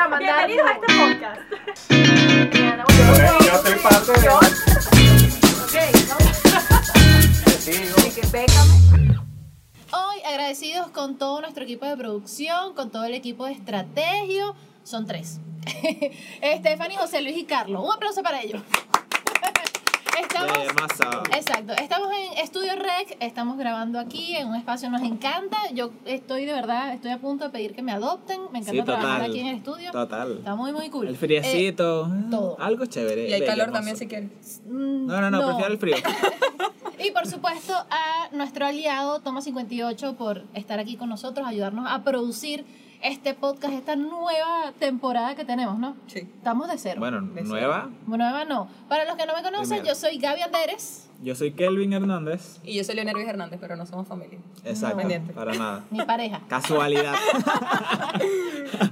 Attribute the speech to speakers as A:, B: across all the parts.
A: andar.
B: Bienvenidos a este podcast.
A: Diana,
C: Yo soy parte de. Testigo.
A: bueno, que pécame.
D: Hoy agradecidos con todo nuestro equipo de producción, con todo el equipo de estrategio. Son tres. Stephanie, José Luis y Carlos. Un aplauso para ellos. Estamos,
E: De masa.
D: exacto, estamos en Estudio Rec, estamos grabando aquí en un espacio, nos encanta. Yo estoy de verdad, estoy a punto de pedir que me adopten. Me encanta
E: Sí,
D: trabajar
E: total.
D: aquí en el estudio.
E: Total.
D: Está muy, muy cool.
E: El friecito. ah,
D: todo.
E: Algo chévere.
A: Y hay
E: bello,
A: calor
E: hermoso.
A: también si quieres.
D: Eh, mm,
E: No, no, no, prefiero el frío.
D: Y por supuesto a nuestro aliado Toma 58 por estar aquí con nosotros, ayudarnos a producir este podcast, esta nueva temporada que tenemos, ¿no?
A: Sí.
D: Estamos de cero.
E: Bueno,
A: Besito.
E: nueva.
D: Nueva no. Para los que no me conocen,
E: Primero.
D: yo soy Gaby Anderes.
E: Yo soy Kelvin Hernández.
A: Y yo soy Leonel Luis Hernández, pero no somos familia.
E: Exacto.
A: Ah, Pendiente.
E: Para nada.
D: Mi pareja.
E: Casualidad.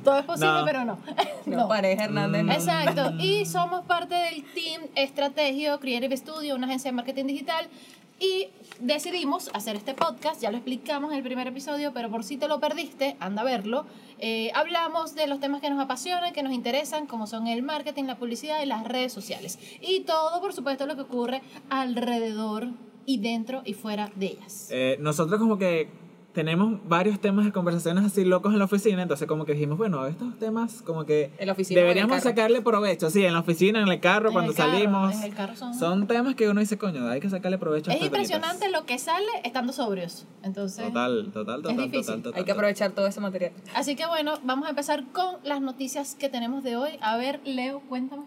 D: Todo es posible,
E: No.
D: pero no.
A: No, pareja Hernández.
D: Mm.
A: no.
D: Exacto.
E: Mm.
D: Y somos parte del team Estrategio Creative Studio, una agencia de marketing digital. Y decidimos hacer este podcast, ya lo explicamos en el primer episodio, pero por si te lo perdiste, anda a verlo. Eh, hablamos de los temas que nos apasionan, que nos interesan, como son el marketing, la publicidad y las redes sociales. Y todo, por supuesto, lo que ocurre alrededor y dentro y fuera de ellas.
E: Eh, nosotros como que tenemos varios temas de conversaciones así locos en la oficina, entonces como que dijimos, bueno, estos temas como que
A: En la oficina o en el
E: deberíamos
A: carro.
E: sacarle provecho, sí, en la oficina, en el carro,
D: En
E: cuando
D: el carro,
E: salimos.
D: en el carro son-
E: Son temas que uno dice, coño, hay que sacarle provecho. a
D: Es
E: estas velitas".
D: impresionante lo que sale estando sobrios. Entonces,
E: Total, total, total,
D: difícil.
E: total, total.
A: Hay que aprovechar todo ese material.
D: Así que bueno, vamos a empezar con las noticias que tenemos de hoy. A ver, Leo, cuéntame.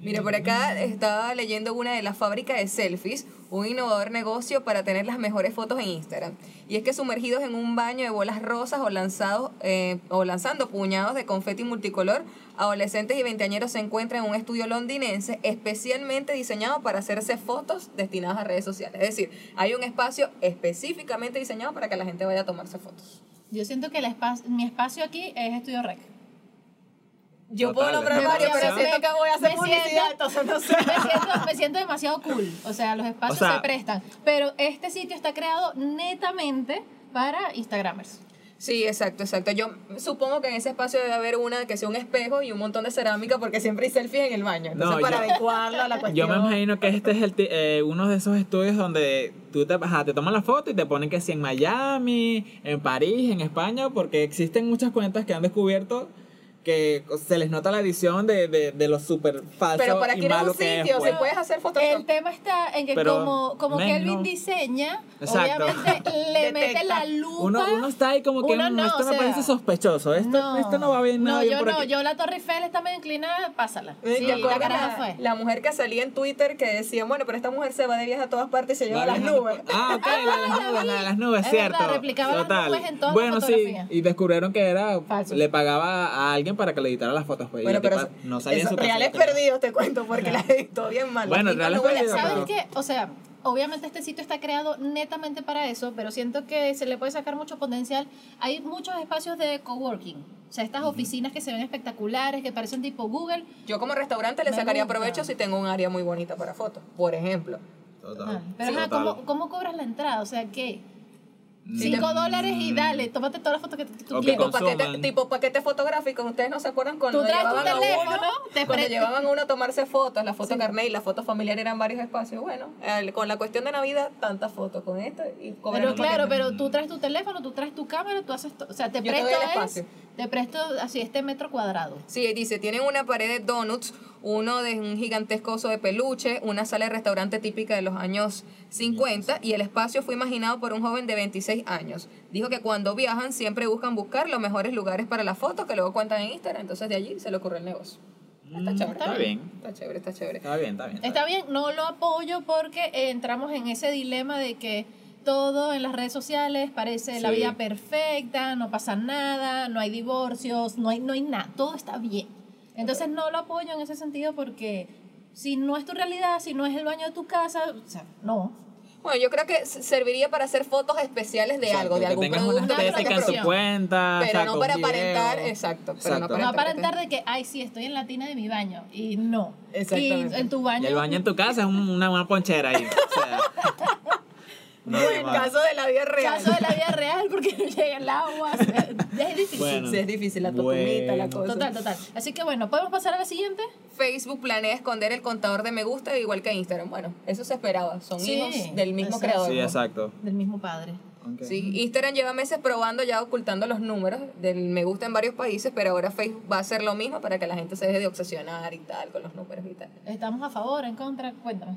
A: Mire, por acá estaba leyendo una de las fábricas de selfies, un innovador negocio para tener las mejores fotos en Instagram. Y es que sumergidos en un baño de bolas rosas o, lanzados, eh, o lanzando puñados de confeti multicolor, adolescentes y veinteañeros se encuentran en un estudio londinense especialmente diseñado para hacerse fotos destinadas a redes sociales. Es decir, hay un espacio específicamente diseñado para que la gente vaya a tomarse fotos.
D: Yo siento que el espa- mi espacio aquí es Estudio Rec.
A: Yo
E: Total,
A: puedo nombrar
E: es
A: varios,
E: demasiado.
A: pero siento que voy a hacer
D: Me
A: publicidad,
D: siento-
A: entonces no sé.
D: Me siento, me siento demasiado cool. O sea, los espacios
E: O sea-
D: se prestan. Pero este sitio está creado netamente para Instagramers.
A: Sí, exacto, exacto. Yo supongo que en ese espacio debe haber una que sea un espejo y un montón de cerámica porque siempre hay selfies en el baño. Entonces,
E: No,
A: para
E: yo-
A: adecuarlo a la
D: Pues
A: cuestión.
E: Yo me imagino que este es el ti- eh, uno de esos estudios donde tú te, ajá, te toman la foto y te ponen que si en Miami, en París, en España, porque existen muchas cuentas que han descubierto que se les nota la edición de, de, de lo súper falso
A: Pero para
E: y
A: que ir a
E: malo
A: un
E: que es,
A: sitio,
E: pues.
A: se puedes hacer
D: El
A: Photoshop.
D: tema está en que
E: Pero,
D: como, como
E: men,
D: Kelvin
E: no.
D: diseña,
E: Exacto.
D: obviamente le mete
A: Detecta.
D: la lupa.
E: Uno, uno está ahí como que
D: Uno
E: "Mm,
D: no,
E: esto
D: o
E: me
D: sea,
E: parece sospechoso, esto no, esto no va bien
D: No,
E: nada bien
D: yo
E: por
D: no,
E: aquí".
D: yo la Torre Eiffel está medio inclinada, pásala.
A: Eh,
D: Sí,
A: ¿te
D: la
A: acuerdas
D: caraja
A: la,
D: fue.
A: la mujer que salía en Twitter que decía, bueno, pero esta mujer se va de viaje a todas partes y se lleva a las nubes?
E: Ah, ok, la de las nubes, la de las nubes,
D: Es
E: cierto.
D: verdad, replicaba las nubes en todas las
E: bueno, sí,
D: fotografías.
E: y descubrieron que era
D: Falso.
E: le pagaba a alguien para que le editara las fotos, pues. y
A: Bueno,
E: la
A: pero
E: tipa
A: eso-
E: no salía en
A: eso-
E: su casa,
A: reales
E: creo.
A: perdidos te cuento porque la editó bien mal.
E: Bueno,
A: La tipa
E: reales
A: no huele a
E: perdidos,
A: sal.
D: ¿Sabes
E: pero-
D: qué? O sea, obviamente este sitio está creado netamente para eso, pero siento que se le puede sacar mucho potencial. Hay muchos espacios de coworking. O sea, estas oficinas que se ven espectaculares, que parecen tipo Google.
A: Yo como restaurante le
D: Me
A: sacaría
D: gusta.
A: provecho si tengo un área muy bonita para fotos, por ejemplo.
E: Total.
D: Ah, Pero
E: Sí,
D: ajá,
E: total.
D: ¿cómo, cómo cobras la entrada? O sea, ¿qué?
E: Mm.
D: Cinco dólares y dale, tómate todas las fotos que tú tú
E: Ok,
D: quieras.
A: Tipo paquete,
E: consuman.
A: tipo paquete fotográfico, ustedes no se acuerdan cuando
D: Tú traes tu
A: llevaban a
D: teléfono,
A: uno,
D: te
A: cuando
D: pre-
A: llevaban a uno a tomarse fotos, la foto carnet y la foto familiar eran varios espacios. Bueno, el- con la cuestión de Navidad, tantas fotos con esto y cobran
D: Pero
A: el paquete.
D: claro, pero tú traes tu teléfono, tú traes tu cámara, tú haces... to- O sea, te
A: Yo te doy
D: presto
A: el
D: es-
A: espacio.
D: te presto así este metro cuadrado.
A: Sí, dice, tienen una pared de donuts, uno de un gigantesco oso de peluche, una sala de restaurante típica de los años 50 y el espacio fue imaginado por un joven de 26 años. Dijo que cuando viajan siempre buscan buscar los mejores lugares para las fotos que luego cuentan en Instagram, entonces de allí se le ocurrió el negocio. Está
E: Mm,
A: chévere.
E: Está bien.
A: Está chévere, está chévere.
E: Está bien, está bien.
D: Está bien, no lo apoyo porque eh, entramos en ese dilema de que todo en las redes sociales parece la
E: Sí.
D: vida perfecta, no pasa nada, no hay divorcios, no hay, no hay nada, todo está bien. Entonces no lo apoyo en ese sentido porque si no es tu realidad, si no es el baño de tu casa, o sea, no.
A: Bueno, yo creo que s- serviría para hacer fotos especiales de algo,
E: Exacto,
A: de
E: que
A: algún
E: tengas
A: producto.
E: una
D: que
A: que
E: estética en
A: saques
E: tu
D: producción.
E: cuenta,
A: Pero
E: saca
A: no
E: un
A: para
E: video.
A: aparentar, exacto, pero no para-
E: Exacto.
D: No
A: Correcto,
D: aparentar de que, ay, sí, estoy en la tina de mi baño y no. Y
A: Exactamente.
D: en tu baño.
E: Y el baño en tu casa es un- una, una ponchera ahí. o sea,
A: No,
B: No, de más.
A: caso de la vida real.
D: Caso de la vida real porque no llega el agua. o sea, Es difícil.
E: Bueno.
A: Sí, es difícil la totumita, la
E: Bueno.
A: cosa.
D: Total, total. Así que bueno, ¿podemos pasar a la siguiente?
A: Facebook planea esconder el contador de me gusta igual que Instagram. Bueno, eso se esperaba. Son
D: Sí,
A: hijos del mismo
D: exacto.
A: creador.
E: Sí,
A: ¿no?
E: exacto.
D: Del mismo padre.
E: Ok.
A: Sí, Instagram lleva meses probando ya ocultando los números del me gusta en varios países, pero ahora Facebook va a hacer lo mismo para que la gente se deje de obsesionar y tal con los números y tal.
D: ¿Estamos a favor, en contra? Cuéntame.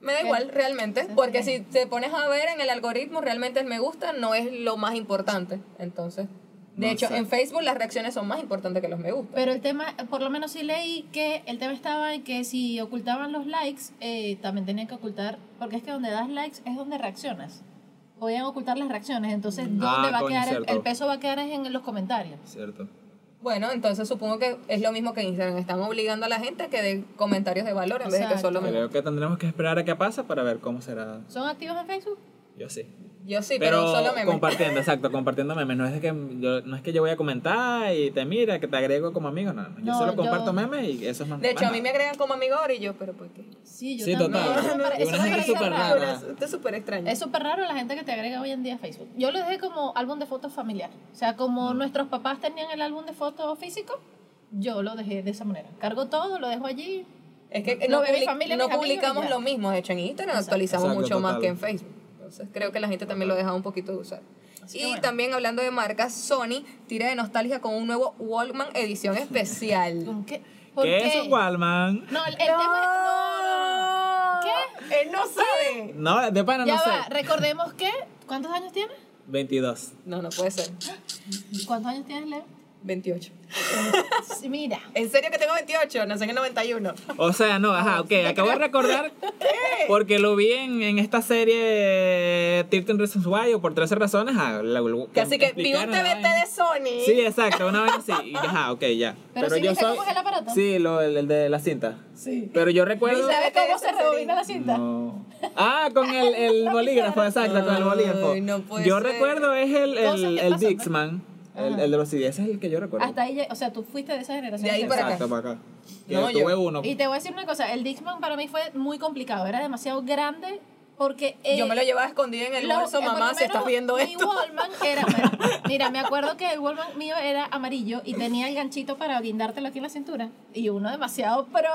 A: Me da igual realmente,
D: Sí,
A: porque
D: sí.
A: si te pones a ver en el algoritmo, realmente el me gusta no es lo más importante. Entonces, de
E: No,
A: hecho, en
E: exacto.
A: Facebook las reacciones son más importantes que los me gusta.
D: Pero el tema, por lo menos sí leí que el tema estaba en que si ocultaban los likes, eh, también tenían que ocultar, porque es que donde das likes es donde reaccionas. Podían ocultar las reacciones, entonces ¿dónde
E: Ah,
D: va a
E: coño,
D: quedar? El,
E: cierto.
D: el peso va a quedar es en los comentarios.
E: Cierto.
A: Bueno, entonces supongo que es lo mismo que Instagram. Están obligando a la gente a que dé comentarios de valor en vez de que
D: Exacto.
A: solo me
E: Creo que tendremos que esperar a que pasa para ver cómo será.
D: ¿Son activos en Facebook?
E: Yo sí.
A: Yo sí, pero,
E: pero
A: solo me
E: compartiendo, exacto, compartiendo memes. No es, que yo, no es que yo voy a comentar y te mira, que te agrego como amigo. No, no. yo
D: No,
E: solo
D: yo-
E: comparto memes y eso es más
A: De hecho, a mí me
E: más
A: agregan como amigo ahora y yo, pero ¿por qué?
D: Sí, yo
E: Sí,
D: también.
E: total.
D: Eso me pare-
E: Y
D: eso me
E: una gente
D: parece
E: súper
D: raro.
E: rara.
A: Esto es súper extraño.
D: Es súper raro la gente que te agrega hoy en día a Facebook. Yo lo dejé como álbum de fotos familiar. O sea,
E: Mm.
D: como nuestros papás tenían el álbum de fotos físico, yo lo dejé de esa manera. Cargo todo, lo dejo allí.
A: Es que
D: Lo
A: no,
D: ve mi
A: public-
D: familia,
A: no
D: mis amigos y
A: publicamos
D: ya.
A: lo mismo. De hecho, en Instagram actualizamos
E: Exacto,
A: mucho más
E: total.
A: que en Facebook. Entonces, creo que la gente también lo deja un poquito de usar.
D: Así
A: Y
D: que bueno.
A: también hablando de marcas, Sony tira de nostalgia con un nuevo Walkman edición especial.
D: ¿Con qué?
E: nada.
D: ¿Por
E: ¿Qué es un Walman?
D: No, el, el tema es... No, no, no.
A: ¿Qué? Él no sabe.
E: No, de pana
D: Ya
E: no
D: va,
E: sé.
D: recordemos que... ¿Cuántos años tienes?
E: 22.
A: No, no puede ser.
D: ¿Cuántos años tienes, Leo?
A: 28.
D: Sí, Mira.
A: ¿En serio que tengo 28? Nací en el 91.
E: O sea, no, ajá, ok, acabo de recordar porque lo vi en, en esta serie 13 Reasons Why o por 13 razones. ah, la- la-
A: Así que vi un
E: explicaron la
A: TBT
E: vaina.
A: de Sony.
E: Sí, exacto, una vez así. y Ajá, ok, ya.
D: Pero sí viste cómo es el aparato.
E: Sí, lo, el, el de la cinta.
A: Sí.
E: Pero yo recuerdo.
A: Ni
D: ¿Sabes
A: Vete de
D: cómo se
A: esa
D: rebobina la cinta?
E: No. Ah, con el, el bolígrafo, exacto, con el bolígrafo.
A: Ay, no puede
E: yo
A: ser.
E: recuerdo es el,
D: Cosas
E: el,
D: que
E: el
D: pasan,
E: Dixman,
D: ¿no?
E: el,
D: Ajá.
E: el de los CD, ese es el que yo recuerdo.
D: Hasta ahí, lleg- o sea, tú fuiste de esa generación.
A: De ahí
D: ¿cierto?
A: para acá.
E: Exacto, para acá. Que
A: No,
E: yo
A: yo-
E: tuve uno.
D: Y te voy a decir una cosa, el Dixman para mí fue muy complicado, era demasiado grande porque... eh,
A: Yo me lo llevaba escondido en el
D: lo-
A: bolso,
D: eh, por
A: mamá,
D: lo
A: si estás
D: menos
A: viendo
D: Mi
A: esto.
D: Wallman era... bueno, mira, me acuerdo que el Wallman mío era amarillo y tenía el ganchito para guindártelo aquí en la cintura. Y uno demasiado pro,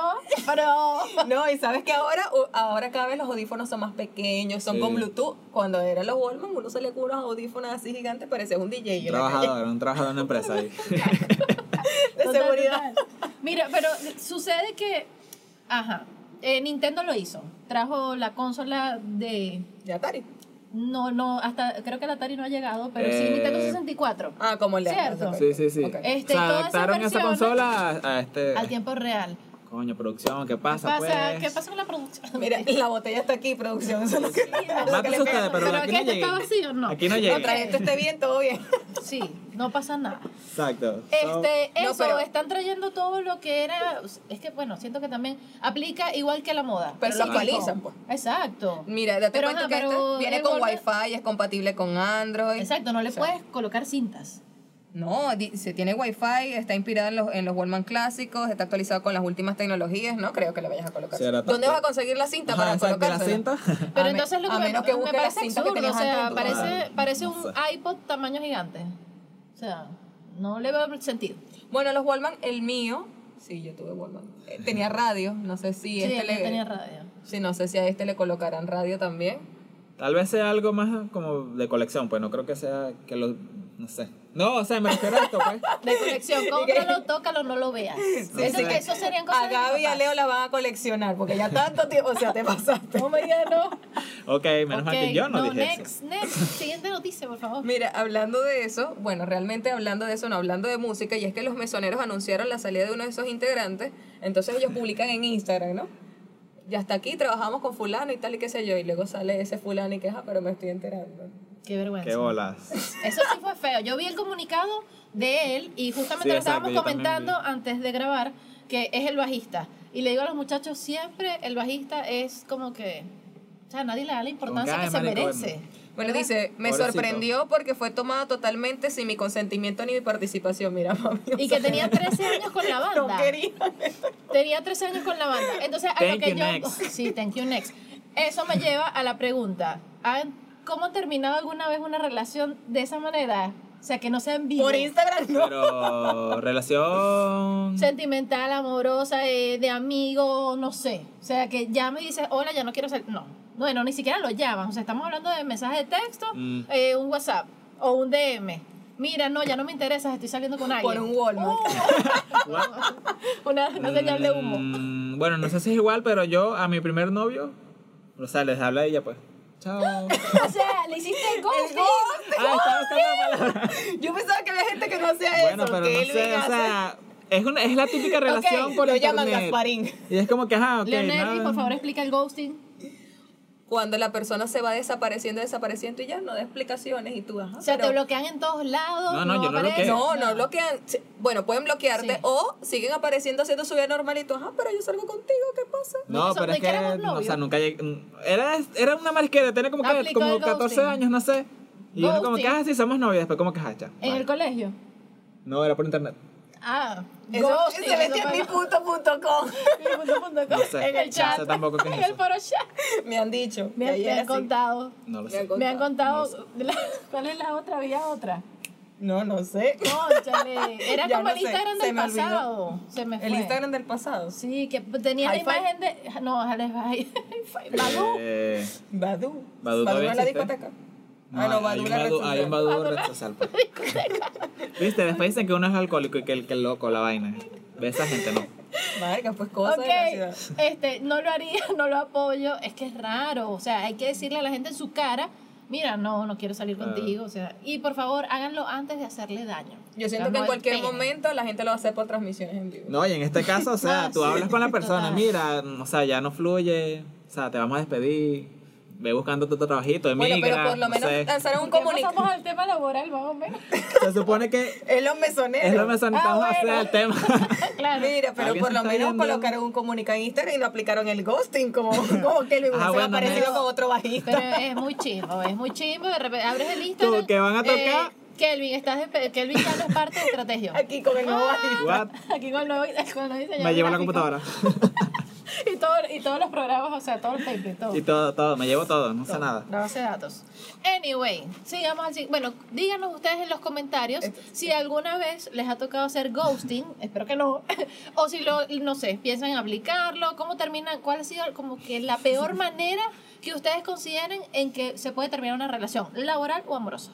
D: pro...
A: No, y sabes que ahora, u- ahora cada vez los audífonos son más pequeños, son
E: Sí.
A: con Bluetooth. Cuando eran los Wallman, uno se le cubre unos audífonos así gigantes, parecía un DJ.
E: Un
A: en la Ah, calle.
E: trabajador, un trabajador de una empresa ahí.
A: De
D: Total,
A: seguridad.
D: total. Mira, pero sucede que... Ajá, eh, Nintendo lo hizo, trajo la consola de...
A: De Atari.
D: No, no, hasta creo que el Atari no ha llegado, pero sí
E: Eh,
D: Nintendo 64.
A: Ah, como el de Atari,
D: Cierto.
A: ok.
E: Sí, sí, sí.
A: Ok.
D: Este,
E: o sea,
D: todas esas
E: adaptaron esa
D: versiones-
E: consola a, a este.
D: Al tiempo real.
E: Coño, producción, ¿qué pasa?
D: pasa,
E: pues?
D: ¿Qué pasa con la producción?
A: Mira, la botella está aquí, producción. Eso es lo que- lo que
E: Mátese
A: le
E: ustedes,
A: pega.
E: pero,
D: Pero aquí
E: aquí no
D: esto
E: llegué.
D: está vacío, no.
E: Aquí no llegué.
A: Mientras esto esté bien, todo bien.
D: Sí, no pasa nada.
E: Exacto. So-
D: Este,
A: No,
D: eso,
A: pero-
D: están trayendo todo lo que era. Es que, bueno, siento que también aplica igual que la moda.
A: Pero
D: Es
A: lo
D: cíclico.
A: actualizan, pues.
D: Exacto.
A: Mira, date
D: Pero,
A: cuenta
D: ajá,
A: que
D: pero
A: esto viene
D: el
A: con
D: Walkman-
A: Wi-Fi, es compatible con Android.
D: Exacto, no le
A: O sea,
D: puedes colocar cintas.
A: No, di- se tiene Wi-Fi, está inspirado en los, en los Wallman clásicos, está actualizado con las últimas tecnologías, no creo que le vayas a colocar.
E: Será
A: ¿Dónde
E: tanto.
A: vas a conseguir la cinta
E: Ajá,
A: para
E: exacto, de la
A: colocársela?
E: cinta.
D: Pero
A: me-
D: entonces lo que
A: a
D: me,
A: menos que
D: me
A: busques
D: parece
A: la cinta que pues. tenías
D: absurdo, o
A: antes
D: sea,
A: en tu
D: parece,
E: celular.
D: parece un
E: No
D: iPod tamaño gigante. O sea, no le veo sentido.
A: Bueno, los Wallman, el mío, sí, yo tuve Wallman, eh, tenía radio, no sé si
D: Sí,
A: este
D: él
A: le...
D: tenía radio.
A: Sí, no sé si a este le colocarán radio también.
E: Tal vez sea algo más como de colección, pues no creo que sea que lo. No sé. No, o sea, me refiero a esto, pues.
D: De colección, cómpralo, tócalo, no lo veas. eso,
A: sí.
D: eso serían cosas
A: A
D: de
A: Gaby y a
D: papás.
A: Leo la van a coleccionar, porque ya tanto tiempo, o sea, te pasaste.
D: Oh my God, no.
E: Ok, menos mal que
D: Ok,
E: yo no, dije
D: next,
E: eso.
D: next. Siguiente noticia, por favor.
A: Mira, hablando de eso, bueno, realmente hablando de eso, no hablando de música, y es que los mesoneros anunciaron la salida de uno de esos integrantes, entonces ellos publican en Instagram, ¿no? Y hasta aquí trabajamos con fulano y tal y qué sé yo, y luego sale ese fulano y queja, pero me estoy enterando.
D: Qué vergüenza.
E: Qué bolas.
D: Eso sí fue feo. Yo vi el comunicado de él y justamente
E: Sí,
D: lo
E: exacto,
D: estábamos
E: yo también
D: comentando antes de grabar que es el bajista. Y le digo a los muchachos, siempre el bajista es como que... O sea, nadie le da la importancia
E: Como que,
D: que se
E: "Ay, marico,
D: merece.
A: Bueno,
D: ¿Verdad?
A: dice, me
E: Pobrecito.
A: sorprendió porque fue tomada totalmente sin mi consentimiento ni mi participación, mira, mami. o
D: Y
A: sea,
D: que tenía 13 años con la
A: no
D: banda.
A: quería.
D: Tenía 13 años con la banda. Entonces, a
E: Thank
D: lo que
E: you,
D: yo.
E: next.
D: Sí, thank you, next. Eso me lleva a la pregunta. ¿Han ¿Cómo terminaba alguna vez una relación de esa manera? O sea, que no sea en vivo.
A: Por Instagram no.
E: Pero relación.
D: Sentimental, amorosa, eh, de amigo, no sé. O sea, que ya me dices, hola, ya no quiero salir. No. Bueno, ni siquiera lo llaman. O sea, estamos hablando de mensaje de texto,
E: Mm.
D: eh, un WhatsApp o un DM. Mira, no, ya no me interesas, estoy saliendo con alguien.
A: Por un Walmart.
D: Uh. Una, una señal de humo.
E: Mm, bueno, no sé si es igual, pero yo a mi primer novio, o sea, les habla ella pues. Chao. Ah,
D: o sea, le hiciste ghosting.
E: estaba buscando la palabra.
A: Yo pensaba que había gente que no hacía
E: Bueno,
A: eso.
E: pero no
A: que él
E: sé,
A: venga
E: o
A: a
E: sea, es, una, es la típica relación
A: Ok,
E: por
A: lo
E: internet.
A: llaman Gasparín.
E: Y es como que, ajá, ok.
D: Leonel,
E: nada.
D: por favor, explica el ghosting.
A: cuando la persona se va desapareciendo, desapareciendo y ya no da explicaciones y tú, ajá.
D: O sea,
A: pero-
D: te bloquean en todos lados.
E: No, no, yo no
D: apareces.
A: No,
E: bloqueo.
A: no bloquean. Sí, Bueno, pueden bloquearte
D: Sí.
A: o siguen apareciendo haciendo su vida normal y tú, ajá, pero yo salgo contigo, ¿qué pasa?
E: No,
D: Eso,
E: pero es
D: ¿de qué
E: que,
D: éramos
E: no, o sea,
D: novios?
E: nunca llegué. mm, Era, era una marisquera, tenía como, que,
D: Aplicó
E: como
D: el
E: 14
D: ghosting.
E: años, no sé. Y uno como que,
D: Ghosting.
E: ah, sí, somos novios, después como que, ah, ya,
D: En
E: vale.
D: el colegio.
E: No, era por internet.
D: Ah,
A: Eso
D: ghosting.
A: se metía
D: eso
A: en
D: fue-
A: mi punto punto com.
E: No sé,
D: en el chat.
E: No sé tampoco qué es
D: en
E: eso.
D: el foro chat.
A: Me han dicho.
D: Me,
A: que
D: han-
A: ahí
D: me
A: era
D: han
A: así.
D: contado.
E: No lo
A: Me han
E: sé.
A: contado.
D: Me han contado. la- ¿Cuál es la otra? Había otra.
A: No, no sé.
D: Cónchale. Era
A: Ya no
D: como el
A: sé,
D: Instagram
A: se
D: del
A: me olvidó.
D: pasado. Se me fue.
A: El Instagram del pasado.
D: Sí, que tenía la
A: Hi-Fi.
D: imagen de. No, ojalá hi-fi. Malú.
E: Eh,
A: Badu.
E: Badu todavía
A: en la
E: existe.
A: discoteca. Ah, no,
E: hay
A: Badu
E: un
A: la
E: Badu- hay un
A: resolvió.
E: Badu red social, pues. Viste, después dicen que uno es alcohólico y que el que el loco, la vaina. Ve esa gente, no.
A: Marca, pues cosas de la ciudad.
D: Ok, este, no lo haría, no lo apoyo, es que es raro, o sea, hay que decirle a la gente en su cara, mira, no, no quiero salir
E: Claro.
D: contigo, o sea, y por favor, háganlo antes de hacerle daño.
A: Yo
D: O sea,
A: siento que
D: no
A: en cualquier
D: esperen.
A: momento la gente lo va a hacer por transmisiones en vivo.
E: No, y en este caso, o sea,
D: Ah,
E: tú
D: sí,
E: hablas con la persona,
D: total.
E: mira, o sea, ya no fluye, o sea, te vamos a despedir, ve buscando tu otro trabajito,
A: bueno,
E: emigra,
A: pero por lo
E: no
A: menos
E: sé.
A: lanzaron un
D: Ya Pasamos
A: comunicado.
D: al tema laboral, más o menos.
E: Se supone que
A: Es los mesoneros.
E: es lo que sentamos
D: Ah,
E: a hacer
D: bueno.
E: el tema.
D: claro.
A: Mira, pero
E: Alguien
A: por
E: se
A: lo
E: está
A: menos
E: yendo.
A: colocaron un comunicado en Instagram y no aplicaron el ghosting como, como que lo hubiesen
E: Ah, bueno,
A: aparecido
E: no.
A: con otro bajista.
D: Pero es muy chimbo, es muy chimbo, de repente abres el Instagram. eh,
E: que van a tocar.
D: Kelvin, estás despe- Kelvin ya no es parte de estrategia.
A: Aquí con el nuevo bajista.
E: What?
D: Aquí con el nuevo, con el nuevo diseñador
E: Me llevo la
D: gráfico.
E: computadora.
D: Y, todo, y todos los programas, o sea, todos los tapes, todo.
E: Y todo, todo, me llevo todo, no sé nada.
D: La base de datos. Anyway, sigamos así. Bueno, díganos ustedes en los comentarios si alguna vez les ha tocado hacer ghosting, espero que no, o si lo, no sé, piensan en aplicarlo, cómo terminan, cuál ha sido como que la peor manera que ustedes consideren en que se puede terminar una relación, laboral o amorosa.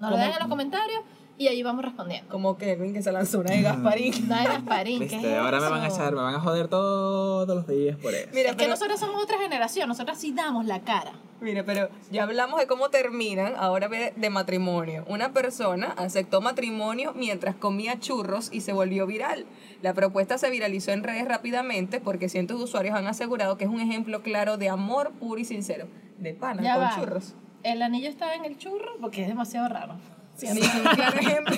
D: Nos
A: ¿Cómo?
D: lo dejan en los comentarios y allí vamos respondiendo.
A: Como Kelvin que se lanzó
E: Mm.
A: una de Gasparín.
D: Dale, Gasparín, ¿qué
E: Viste,
D: es
E: ahora me
D: eso?
E: van a echar, me van a joder todos los días por eso.
A: Mira,
D: es que
A: pero,
D: nosotros somos otra generación, nosotros sí damos la cara.
A: mira, pero ya hablamos de cómo terminan, ahora ve de matrimonio. Una persona aceptó matrimonio mientras comía churros y se volvió viral. La propuesta se viralizó en redes rápidamente porque cientos de usuarios han asegurado que es un ejemplo claro de amor puro y sincero. De pana,
D: Ya
A: con
D: va.
A: churros.
D: El anillo está en el churro porque es demasiado raro.
A: Sí, sí, un claro ejemplo.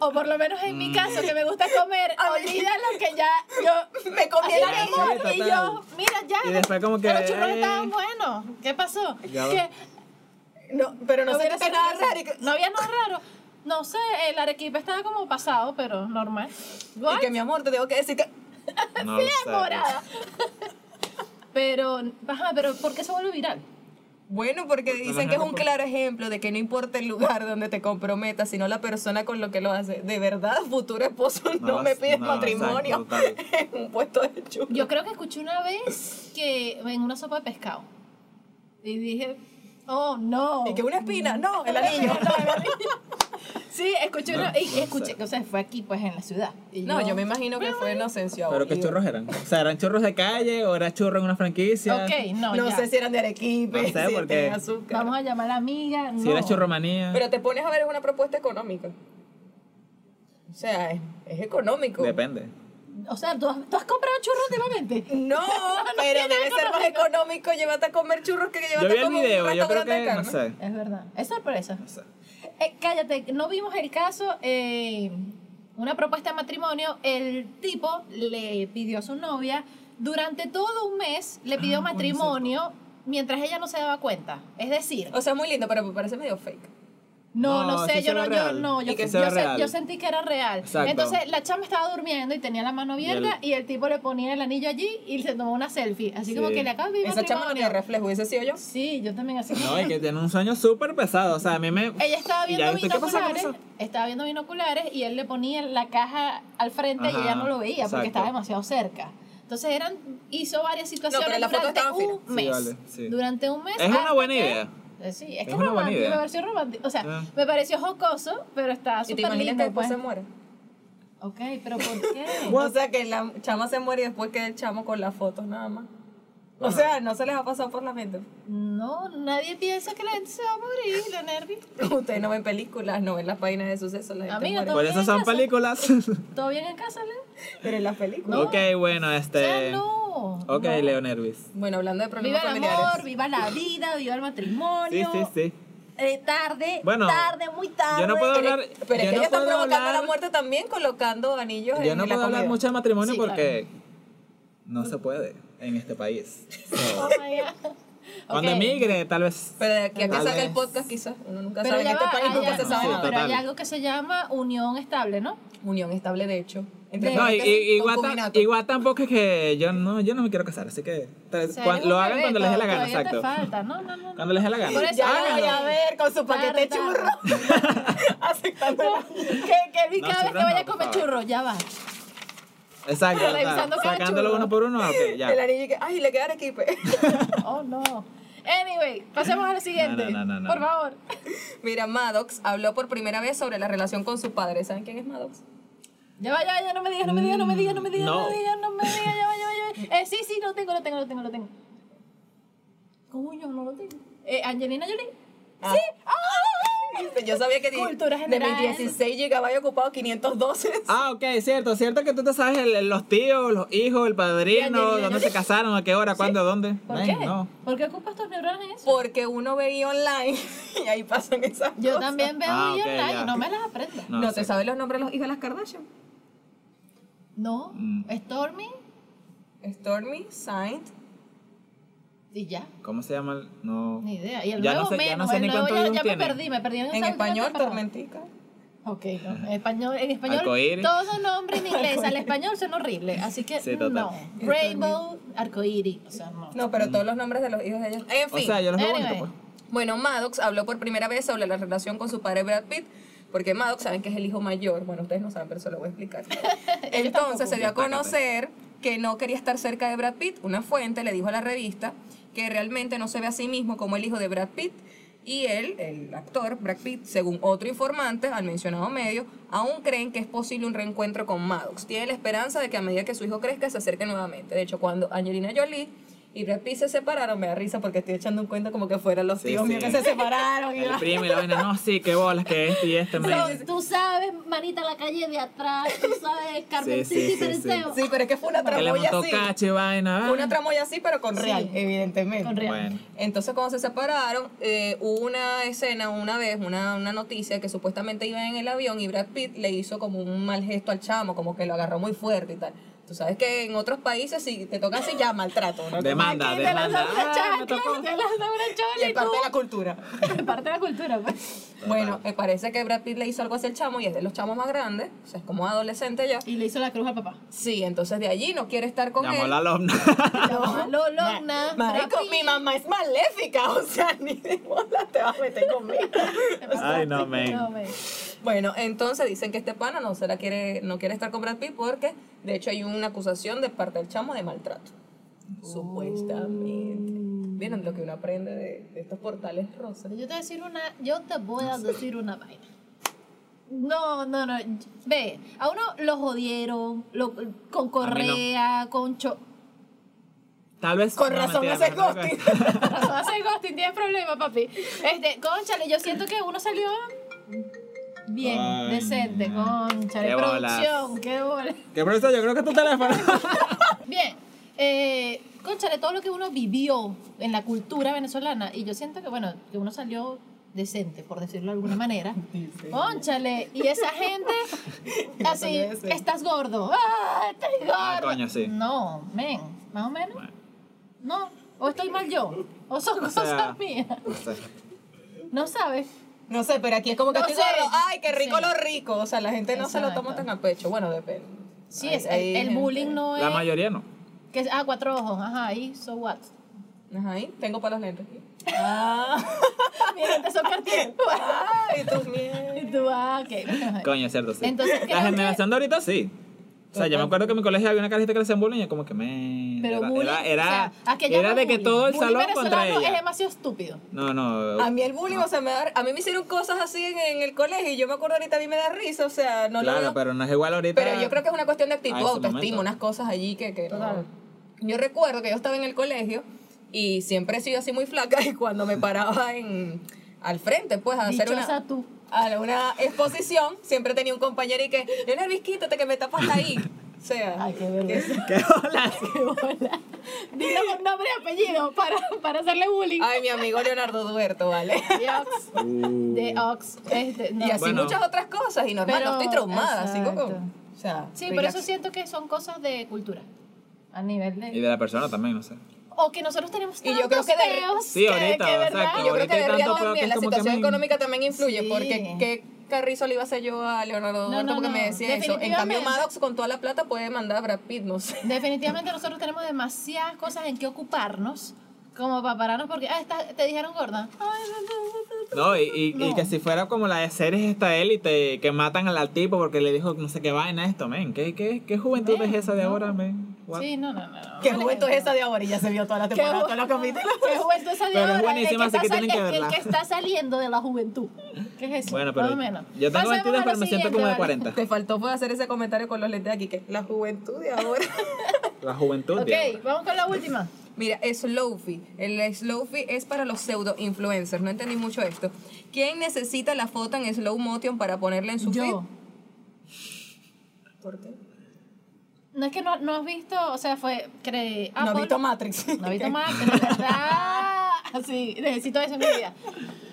D: O por lo menos en mi
E: Mm.
D: caso, que me gusta comer,
A: A mí-
D: olvida lo que ya yo
A: Me comí
D: hacía
A: el
D: el
A: anillo.
D: amor
E: Sí,
D: y
E: total.
D: yo, mira ya,
E: Y después como que,
D: los churros
E: eh.
D: estaban buenos, ¿qué pasó?
E: Ya va.
D: Que
A: No, pero no
D: hubiera
A: sentiste
D: sido
A: nada
D: raro.
A: raro. y que-
D: No había nada raro. No sé, el arequipa estaba como pasado, pero normal.
A: Y que mi amor, te tengo que decir que.
E: No lo sé. pues.
D: morada. Pero, ajá, pero ¿por qué se vuelve viral?
A: Bueno, porque dicen que es un claro ejemplo de que no importa el lugar donde te comprometas, sino la persona con lo que lo hace. De verdad, futuro esposo, no,
E: No,
A: me pides
E: no,
A: matrimonio
E: exacto,
A: en un puesto de churros.
D: Yo creo que escuché una vez que en una sopa de pescado. Y dije, oh no.
A: Y que una espina, no, el
D: Una
A: anillo.
D: espina, no, el anillo. Sí, escuché
E: No,
D: una. y
E: no
D: escuché,
E: sé.
D: o sea, fue aquí, pues, en la ciudad. Y
A: No, yo me imagino que fue inocencio.
E: Pero qué churros eran. O sea, eran churros de calle o era churro en una franquicia.
D: Ok, no,
A: No,
D: ya.
A: sé si eran de Arequipe,
E: No sé,
A: si
E: porque-
A: tenían azúcar.
D: Vamos a llamar a la amiga.
E: Si
D: no.
E: era churromanía.
A: Pero te pones a ver, es una propuesta económica. O sea, es, es económico.
E: Depende.
D: O sea, ¿tú has, tú has comprado churros últimamente?
A: No, pero debe ser más económico llevarte a comer churros que
E: Yo
A: llevarte a
E: vi el
A: comer
E: video,
A: un
E: yo creo
A: restaurante de
E: que, no
A: carne.
E: sé.
D: Es verdad. Es sorpresa.
E: No sé.
D: Eh, cállate, no vimos el caso. eh, una propuesta de matrimonio, el tipo le pidió a su novia, durante todo un mes le pidió
E: Ah, coño,
D: matrimonio mientras ella no se daba cuenta. Es decir,
A: O sea, muy lindo, pero me parece medio fake.
D: No, no,
E: No,
D: sé,
E: sí
D: yo
E: se
D: no,
E: ve
D: yo
E: real.
D: no, yo,
E: Sí
D: yo,
E: se ve
D: sé-
E: real.
D: yo sentí que era real.
E: Exacto.
D: Entonces la chama estaba durmiendo y tenía la mano abierta y el, tipo le ponía el anillo allí y se tomó una selfie, así como
E: Sí.
D: que le acabo de mi
A: Esa chama no
D: matrimonio.
A: tiene reflejo, hubiese sido yo.
D: Sí, yo también así.
E: No, y que tiene un sueño súper pesado. O sea, a mí me.
D: Ella estaba
E: Y
D: viendo
E: ya, ¿usted qué pasa con
D: binoculares,
E: eso?
D: estaba viendo binoculares y él le ponía la caja al frente y
E: Ajá,
D: ella no lo veía porque
E: exacto.
D: estaba demasiado cerca. Entonces eran hizo varias situaciones
A: pero la foto
D: durante
A: estaba
D: un
A: fina.
E: Sí,
D: mes.
E: vale, sí.
D: Durante un mes.
E: Es una
D: hasta
E: buena
D: que-
E: idea.
D: Eh, Sí, es,
E: Es
D: que es
E: una buena
D: romántico,
E: idea.
D: me pareció romántico. O sea,
E: Ah.
D: me pareció jocoso, pero está
A: Y te
D: súper
A: imaginas
D: lindo.
A: que después
D: pues.
A: se muere.
D: Ok, pero ¿por qué?
A: O sea, que la chama se muere y después queda el chamo con las fotos nada más. O sea, no se les ha pasado por la mente.
D: no, nadie piensa que la gente se va a morir, Leonardo.
A: Ustedes no ven películas, no ven las páginas de sucesos, la gente
D: Amiga,
A: muere.
D: todo-
E: Por eso son
D: Eso.
E: películas.
D: ¿Todo bien en casa, Leon?
A: Pero en las películas.
E: ok, bueno,
D: O sea,
E: este.
D: no.
E: Ok,
D: no.
E: Leo Nervis.
A: Bueno, hablando de
D: Viva
A: problemas
D: el
A: familiares.
D: amor, viva la vida, viva el
E: Sí,
D: matrimonio.
E: sí, sí.
D: Eh, tarde,
E: Bueno,
D: tarde, muy tarde.
E: yo no puedo hablar.
A: Pero es
E: yo
A: que
E: no
A: ella está
E: puedo
A: provocando
E: hablar-
A: la muerte también colocando anillos
E: Yo
A: en
E: no
A: la
E: puedo hablar
A: comida.
E: mucho de matrimonio
D: Sí,
E: porque no se puede en este país.
D: Oh my God.
E: Cuando
D: Ok.
E: emigre, tal vez.
A: Pero de aquí a que
E: Tal
A: salga el
E: vez.
A: podcast, quizás. Uno nunca
D: Pero
A: sabe. En
D: ya
A: este
D: va,
A: país
D: hay
A: nunca se
D: algo-
A: sabe
E: Sí,
A: nada.
D: Pero hay
E: Total.
D: algo que se llama unión estable, ¿no?
A: Unión estable, de hecho.
D: De-
E: No, y,
A: paréntesis,
E: y- igual, ta-
A: concubinato.
E: igual tampoco es que yo no, yo no me quiero casar, así que tal-
D: O sea,
E: cuan-
D: eres
E: lo
D: un
E: hagan
D: bebé,
E: cuando les dé la gana,
D: todavía
E: exacto.
D: Te falta. No, no, no. no.
E: Cuando les dé la gana.
D: Por eso
A: Ya lo
D: háganlo.
A: voy a ver con su paquete de
D: Tarda.
A: churro. Aceptando la-
D: que que vi
E: No,
D: cada vez que
E: churros
D: vaya a
E: no, por
D: comer
E: favor.
D: churro, ya va.
E: Exacto, tal.
D: Revisando cada
E: sacándolo
D: churro.
E: uno por uno, ok, ya.
A: el anillo y que, ay, le queda equipo.
D: Oh no. Anyway, pasemos a lo siguiente.
E: no, no, no.
D: Por favor.
A: Mira, Maddox habló por primera vez sobre la relación con su padre. ¿Saben quién es Maddox?
D: Ya va, ya, va, ya no me digas, no me digas, no me digas, no me digas, no,
E: Mm, No.
D: me digas, no me digas, ya va, ya va, ya va. Eh, sí, sí, lo tengo, lo tengo, lo tengo, lo tengo. Coño, no lo tengo. Eh, Angelina Jolie. ¡Ah!
A: Sí. Ah, Yo sabía que di-
D: Cultura
A: de
D: general.
A: mis 16 llegaba y ocupado 512.
E: Ah, ok, cierto, cierto que tú te sabes el- los tíos, los hijos, el padrino,
D: Angelina
E: dónde
D: Jolie.
E: se casaron, a qué hora, cuándo, dónde.
D: ¿Por
E: Ven,
D: qué?
E: No.
D: ¿Por qué ocupas tus neuronas en eso?
A: Porque uno veía online y ahí pasan esas
D: Yo
A: cosas.
D: también veo
E: Ah,
D: y
E: ok,
D: online,
E: ya.
D: no me las aprendo.
A: No,
E: No,
A: te
E: sí.
A: sabes los nombres de los hijos de las Kardashian.
D: No,
E: Mm.
D: Stormy
A: Stormy, Saint.
D: y ya.
E: ¿Cómo se llama? el- No.
D: Ni idea. Y el
E: Ya no
D: nuevo
E: sé- ya
D: menos.
E: no sé
D: el
E: ni
D: nuevo
E: cuántos
D: ya,
E: años
D: ya me
E: tiene.
D: perdí, me perdí en
A: En
D: esa última
A: español,
D: temporada.
A: Tormentica.
D: Ok, no. En español, en español
E: Arcoíris.
D: todos los nombres en inglés al español son horribles. Así que
E: Sí, total.
D: no. Rainbow, arcoíris. O sea, no.
A: No, pero todos los nombres de los hijos de ellos. En
E: O
A: fin.
E: sea, yo los veo
D: Anyway.
E: bonitos, pues.
A: Bueno, Maddox habló por primera vez sobre la relación con su padre Brad Pitt, porque Maddox saben que es el hijo mayor, bueno, ustedes no saben, pero se lo voy a explicar. Entonces se dio a conocer que no quería estar cerca de Brad Pitt, una fuente le dijo a la revista que realmente no se ve a sí mismo como el hijo de Brad Pitt. Y él, el actor Brad Pitt, según otro informante al mencionado medio, aún creen que es posible un reencuentro con Maddox. Tiene la esperanza de que a medida que su hijo crezca se acerque nuevamente. De hecho, cuando Angelina Jolie y Brad Pitt se separaron, me da risa porque estoy echando un cuento como que fueran los
E: Sí,
A: tíos
E: sí.
A: míos que se separaron. y
E: El
A: la-
E: primo y la vaina, no, sí, qué bolas, que este y este.
D: Pero
E: men.
D: tú sabes, manita, la calle de atrás, tú sabes, Carmen
E: Sí, sí,
D: City,
E: sí,
D: Periceo.
A: Sí, pero es que fue una
E: Que le
A: tramoya
E: montó
A: así.
E: cacho y vaina.
A: Fue
E: ah.
A: una tramoya así, pero con real, evidentemente.
D: Con real.
E: Bueno.
A: Entonces cuando se separaron, eh, hubo una escena una vez, una, una noticia que supuestamente iba en el avión y Brad Pitt le hizo como un mal gesto al chamo, como que lo agarró muy fuerte y tal. Tú sabes que en otros países si te toca así ya maltrato, ¿no?
E: Demanda,
D: Aquí te
E: demanda.
D: lanzan una
E: Ah, me
D: chancla,
E: tocó.
D: te lanzan una
A: Y
D: chola
A: es
D: y
A: parte de
D: tú-
A: la cultura.
D: parte de la cultura, pues.
A: Bueno, me parece que Brad Pitt le hizo algo así al chamo y es de los chamos más grandes, o sea, es como adolescente ya.
D: Y le hizo la cruz al papá.
A: Sí, entonces de allí no quiere estar con
E: Llamó
A: él.
E: la alumna.
D: No, lo logna.
A: Marico, mi mamá es maléfica, o sea, ni de bola te vas a meter conmigo.
E: Ay, no, men.
A: Bueno, entonces dicen que este pana no se la quiere, no quiere estar con Brad Pitt porque de hecho hay una acusación de parte del chamo de maltrato. Supuestamente. ¿Vieron lo que uno aprende de, de estos portales rosas?
D: Yo te voy a decir una, yo te voy a decir una vaina. No, no, no. Ve, a uno lo jodieron, lo- con correa, con cho.
E: Tal vez.
A: Con
E: no,
A: razón
E: mentira,
A: hace
E: no, no, no.
A: ghosting.
D: Hace ghosting, tienes problema, papi. Este, conchale, yo siento que uno salió bien,
E: Ay,
D: decente,
E: man.
D: conchale.
E: Qué bolas.
D: Producción, qué bola.
E: Que profesor, yo creo que es tu teléfono.
D: Bien, eh, conchale, todo lo que uno vivió en la cultura venezolana, y yo siento que, bueno, que uno salió decente, por decirlo de alguna manera. Conchale, y esa gente, así,
A: Yo también
D: estás gordo, ah, estás gordo.
E: Ah, coño, sí.
D: No, men, más o menos.
E: Bueno.
D: No, o estoy mal yo, o son
E: O
D: cosas
E: sea,
D: mías.
E: no sé.
D: No sabes.
A: No sé, pero aquí es como que
D: No
A: aquí
D: sé.
A: gordo, ay, qué rico
D: Sí.
A: lo rico. O sea, la gente no se lo toma
D: Exacto.
A: tan a pecho. Bueno, depende.
D: Sí,
A: Hay-
D: es,
A: hay
D: el, el
A: gente-
D: bullying no es.
E: La mayoría no.
D: que es- ah, cuatro ojos, ajá, y so what.
A: Ajá, ahí tengo para los lentes. Ah,
D: Mira, empezó Cartier.
A: ay, tus mierdas.
D: Y tú, ah, ok.
E: Coño, es cierto, sí.
D: Entonces, creo
E: la
D: que-
E: generación de ahorita sí. O sea, yo me acuerdo que en mi colegio había una carajita que le hacían bullying y yo como que me...
D: Pero
E: era,
D: bullying.
E: era,
D: o sea,
E: era,
D: ¿a qué llaman
E: era de que
D: bullying?
E: todo el
D: Bullying
E: salón contra
D: venezolano Es
E: ella.
D: demasiado estúpido.
E: No, no.
A: A mí el bullying, o sea, me da, a mí me hicieron cosas así en, en el colegio y yo me acuerdo ahorita a mí me da risa, o sea, no lo
E: claro,
A: digo-
E: pero no es igual ahorita.
A: Pero yo creo que es una cuestión de
E: a
A: actitud,
E: ese
A: autoestima,
E: momento.
A: unas cosas allí que... que no.
D: Total.
A: Yo recuerdo que yo estaba en el colegio y siempre he sido así muy flaca y cuando me paraba en, al frente, pues, a hacer
D: Dichosa
A: una,
D: tú.
A: a una exposición, siempre tenía un compañero y que, Leonel, quítate que me tapas ahí. O sea,
D: Ay, qué vergüenza.
E: ¿Qué bolas?
D: Qué bola. Dilo con nombre y apellido para, para hacerle bullying.
A: ay, mi amigo Leonardo Duerto, ¿vale?
D: De Ox.
E: Uh.
D: De Ox. Este, no.
A: Y así
E: Bueno.
A: muchas otras cosas y normal,
D: Pero-
A: no estoy traumada, así como...
D: exacto.
A: O sea,
D: Sí, pero eso
A: relax.
D: siento que son cosas de cultura. A nivel
E: Y
D: de.
E: de la persona también, no sé.
D: O que nosotros tenemos
A: Y
D: tantos
A: yo creo que de-
D: feos
E: Sí, ahorita,
D: que,
E: o sea,
D: ¿verdad?
E: que
A: Y yo creo que
E: Ahorita hay
A: debería
E: tanto peor que
A: también,
E: es
A: la
E: como que
A: situación
E: men-
A: económica también influye,
D: Sí.
A: porque qué carrizo le iba a hacer yo a Leonardo
D: No,
A: Duerto
D: no,
A: porque me
D: no.
A: decía eso. En cambio,
D: Definitivamente.
A: Maddox con toda la plata puede mandar a Brad Pitt, no sé.
D: Definitivamente nosotros tenemos demasiadas cosas en que ocuparnos como para pararnos porque, ah, estás- te dijeron gorda. Ah, Ay, no, no, no, no.
E: No, y, y, y
D: No.
E: que si fuera como la de series esta élite, que matan al tipo porque le dijo no sé qué vaina esto, men. ¿Qué, qué, qué juventud
D: Men,
E: es esa de
D: no.
E: ahora, men? What?
D: Sí, no, no, no. no.
A: ¿Qué
D: Vale,
A: juventud es
D: no.
A: esa de ahora? Y ya se vio toda la
D: ¿Qué,
A: temporada, todos los capítulos.
D: qué juventud esa de
E: Pero es
D: ahora?
E: buenísima,
D: el que
E: así que
D: está
E: tienen que
D: sal- el-
E: verla.
D: El que está saliendo de la juventud. ¿Qué es eso?
E: Bueno,
D: Más
E: pero
D: o menos.
E: yo tengo
D: Pasemos
E: 22,
D: a
E: pero
D: lo
E: me siento como de
D: siguiente,
E: 40.
A: Te faltó fue hacer ese comentario con los lentes aquí, que la juventud de ahora.
E: La juventud de
D: vale.
E: ahora.
D: Ok, vamos con la última.
A: Mira, Slowfi. El Slowfi es para los pseudo-influencers. No entendí mucho esto. ¿Quién necesita la foto en slow motion para ponerla en su feed?
D: Yo.
A: ¿Por qué?
D: No es que no, no has visto, o sea, fue. Cre... ah,
A: no he
D: fue-
A: visto Matrix.
D: No he visto más, de verdad. Así, necesito eso en mi vida.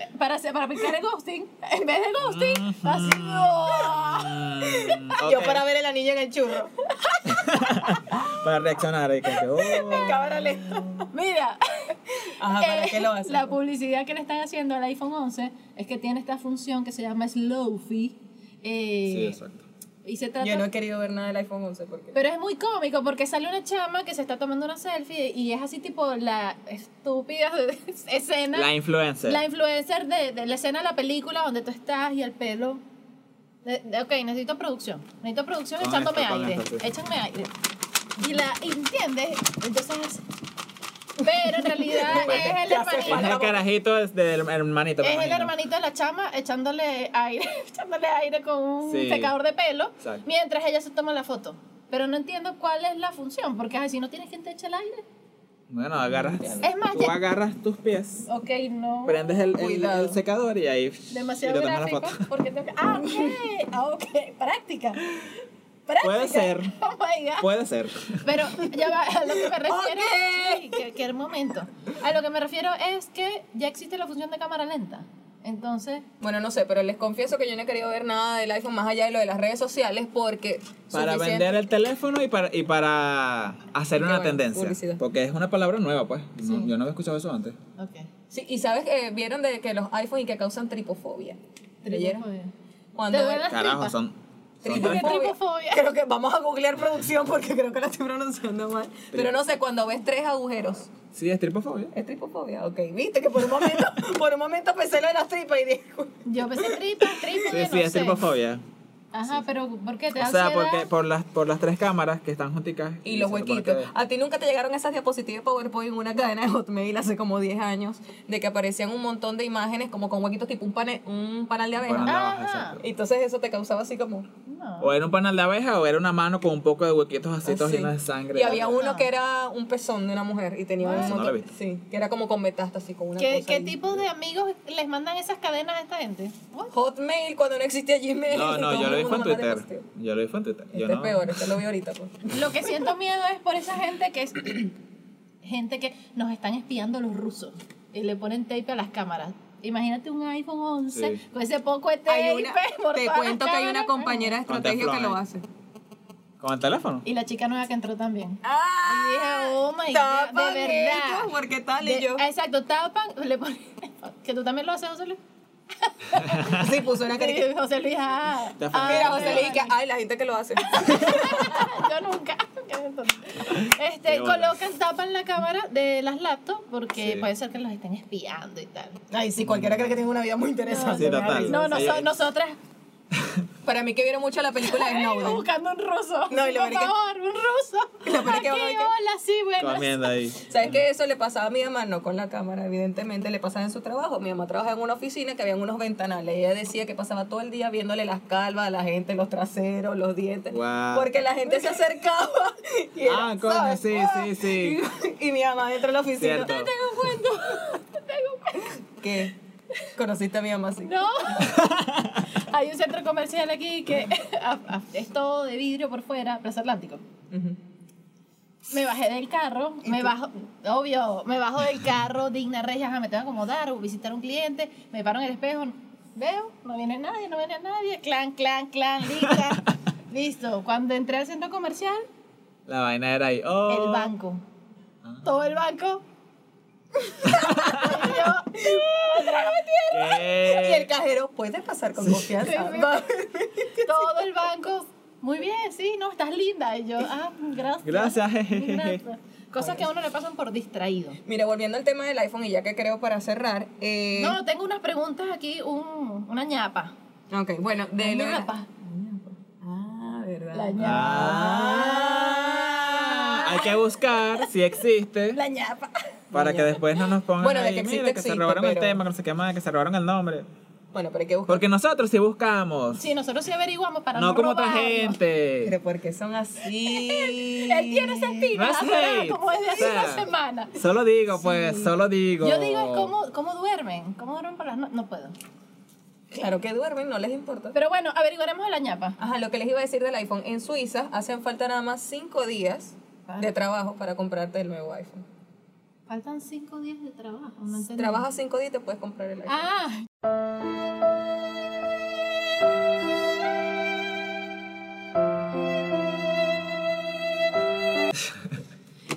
D: Eh, Para, hacer- para aplicar el ghosting, en vez de ghosting, así. ¡oh!
E: Mm,
A: Yo
E: ok.
A: para ver el anillo en el churro.
E: Para reaccionar ahí, como que, oh.
A: En cámara lenta.
D: Mira,
A: Ajá, Ah, ¿para
D: eh,
A: qué lo hacen?
D: la publicidad que le están haciendo al iPhone 11 es que tiene esta función que se llama Slowfi. Eh,
E: Sí, exacto.
D: Y se trata.
A: Yo no he querido ver nada del iPhone 11 porque...
D: Pero es muy cómico porque sale una chama que se está tomando una selfie y es así tipo la estúpida escena.
E: La influencer.
D: La influencer de, de la escena de la película donde tú estás y el pelo. De- de- ok, necesito producción. Necesito producción
E: Con
D: echándome
E: esto, con
D: aire.
E: esto, sí.
D: Échame aire. Y la y entiendes, entonces es- Pero en realidad es el
A: Ya sé cuál
E: es
D: hermanito.
E: el carajito es del hermanito. me
D: Es el
E: imagino.
D: hermanito de la chama echándole aire, echándole aire con un
E: Sí.
D: secador de pelo
E: Exacto.
D: mientras ella se toma la foto. Pero no entiendo cuál es la función, porque ay, si no tienes quien te eche el aire.
E: Bueno, agarras.
D: Es más,
E: tú
D: ya-
E: agarras tus pies,
D: Ok, no.
E: prendes el, el,
A: Cuidado.
E: el secador y ahí.
D: demasiado
E: y te tomas la
D: gráfico
E: foto.
D: porque tengo que... ah ok ah ok práctica práctica
E: Puede ser.
D: oh my god
E: Puede ser.
D: pero ya va a lo que me refiero sí, que, que el momento a lo que me refiero es que ya existe la función de cámara lenta entonces
A: Bueno, no sé, pero les confieso que yo no he querido ver nada del iPhone más allá de lo de las redes sociales porque...
E: Para
A: suficiente-
E: vender el teléfono y para, y para hacer
A: Qué
E: una
A: bueno,
E: tendencia.
A: publicidad.
E: Porque es una palabra nueva, pues. No,
D: Sí.
E: Yo no había escuchado eso antes.
D: ok
A: Sí, y sabes que vieron de que los iPhones y que causan tripofobia. ¿Leyeron?
D: Tripofobia.
A: Cuando-
D: ¿Te duele? Las
E: Carajo,
D: tripas.
E: son. son
D: Tripofobia.
E: tan-
D: tripofobia?
A: Creo que vamos a googlear producción porque creo que la estoy pronunciando mal. Pero no sé, cuando ves tres agujeros,
E: Sí, es tripofobia.
A: es tripofobia, ok. Viste que por un momento, por un momento pensé lo de las tripas y dije,
D: yo pensé tripas tripas
E: Sí,
D: yo
E: sí,
D: no
E: es
D: sé.
E: tripofobia.
D: ajá pero ¿por qué te da
E: O sea,
D: ansiedad?
E: porque por las, por las tres cámaras que están junticas.
A: y los
E: se supone
A: huequitos. Ah,
E: que-
A: A ti nunca te llegaron esas diapositivas de PowerPoint en una cadena de Hotmail hace como 10 años, de que aparecían un montón de imágenes como con huequitos tipo un, pane- un panal de abeja.
E: Bueno, andabas,
D: Ajá.
E: exacto.
A: Y entonces eso te causaba así como...
D: no.
E: O era un panal de abeja o era una mano con un poco de huequitos así, todos
A: así.
E: llenos de sangre.
A: Ah, Y
D: Ah.
A: había uno que era un pezón de una mujer y tenía
E: Ah,
A: un
E: eso no
A: montón-
E: lo he visto.
A: Sí, que era como con metástasis, con una
D: ¿Qué,
A: cosa
D: ¿qué
A: ahí.
D: tipo de amigos les mandan esas cadenas a esta gente? What?
A: Hotmail cuando no existía Gmail.
E: No,
A: Todo
E: no, yo
A: el
E: lo
A: mundo
E: vi fue en
A: mandaba
E: Twitter.
A: diapositivas.
E: Yo lo vi fue en Twitter. Yo
A: Este es
E: no.
A: peor, este lo vi ahorita. Pues.
D: Lo que siento miedo es por esa gente que es gente que nos están espiando los rusos y le ponen tape a las cámaras. Imagínate un iPhone 11
E: Sí.
D: con ese poco de tape por
A: te
D: todas
A: cuento
D: las
A: que hay una
D: cámaras.
A: compañera de estrategia que lo hace.
E: ¿Con el teléfono?
D: Y la chica nueva que entró también.
A: ¡Ah!
D: Y dije, oh my God,
A: tapan
D: de verdad.
A: esto, porque tal y
D: De-
A: yo.
D: Exacto, tapan, le ponen... Que tú también lo haces, José Luis.
B: Sí, puso una caricatura.
D: Sí, José Luis, ah.
E: Te
D: ah,
A: Mira, José Luis, que,
D: ah,
A: ay, la gente que lo hace.
D: Yo nunca. Este,
E: Qué bolas.
D: colocan, tapan la cámara de las laptops porque
E: Sí.
D: puede ser que los estén espiando y tal.
B: Ay, sí, cualquiera cree que tiene una vida muy interesante.
E: Sí, total.
D: No, no,
E: Sí.
D: so- nosotras
A: Para mí que vieron mucho la película de Snowden.
D: buscando un ruso.
A: No, y lo
D: por
A: peor es que-
D: favor, un ruso.
A: Lo peor es que van
D: Aquí,
A: a ver que-
D: hola, sí, bueno.
E: Comiendo ahí.
A: ¿Sabes qué? Eso le pasaba a mi mamá, no con la cámara, evidentemente, le pasaba en su trabajo. Mi mamá trabajaba en una oficina que había unos ventanales. Ella decía que pasaba todo el día viéndole las calvas a la gente, los traseros, los dientes.
E: Guau.
A: Porque la gente se acercaba. Y era,
E: Ah, coño,
A: ¿sabes?
E: sí,
A: ¡Ah!
E: sí, sí.
A: Y, y mi mamá dentro de la oficina.
E: Cierto.
A: "Te tengo un cuento, te tengo un cuento". ¿Qué? ¿Conociste a mi mamá así?
D: No. Hay un centro comercial aquí que a- a- es todo de vidrio por fuera, Plaza Atlántico.
A: Ujú.
D: Me bajé del carro, me bajo, obvio, me bajo del carro, digna regia, ajá, me tengo que acomodar, o visitar a un cliente, me paro en el espejo, veo, no viene nadie, no viene nadie, clan, clan, clan, lista, listo. Cuando entré al centro comercial,
E: La vaina era ahí. Oh.
D: el banco, todo el banco. Y yo,
E: ¿Qué?
A: Y el cajero puede pasar con confianza.
D: Eh, Sí, sí.
A: Va.
D: todo el banco, muy bien, sí, no, estás linda. Y yo, ah, gracias.
E: Gracias, jejeje.
D: gracias. Cosas que a uno le pasan por distraído.
A: Mira, volviendo al tema del iPhone y ya que creo para cerrar. Eh,
D: No, tengo unas preguntas aquí, un, una ñapa.
A: Ok, bueno, de lo de
D: La
A: la-
D: ñapa.
A: Ah, verdad.
D: La ñapa.
E: Ah, hay que buscar si existe
D: La ñapa.
E: para que después no nos pongan
A: Bueno, de
E: ahí,
A: que existe,
E: mira, que se
A: existe,
E: robaron el
A: pero-
E: tema, que no sé qué más, que se robaron el nombre.
A: Bueno, pero hay que buscar.
E: Porque nosotros sí buscamos,
D: Sí, nosotros sí averiguamos para no,
E: no como otra
D: robarnos.
E: gente.
A: Pero porque son así.
D: Él tiene ese
E: No
D: espina,
E: es hate,
D: como es de hace
E: o sea,
D: una semana.
E: Solo digo, pues, solo digo.
D: Yo digo, es ¿cómo, cómo duermen? ¿Cómo duermen por las no No puedo.
A: Claro que duermen, no les importa.
D: Pero bueno, averiguaremos la ñapa.
A: Ajá, lo que les iba a decir del iPhone. En Suiza hacen falta nada más cinco días de trabajo para comprarte el nuevo iPhone.
D: Faltan cinco días de trabajo. No entendí.
A: Trabajas cinco días y te puedes comprar el iPhone.
D: Ah,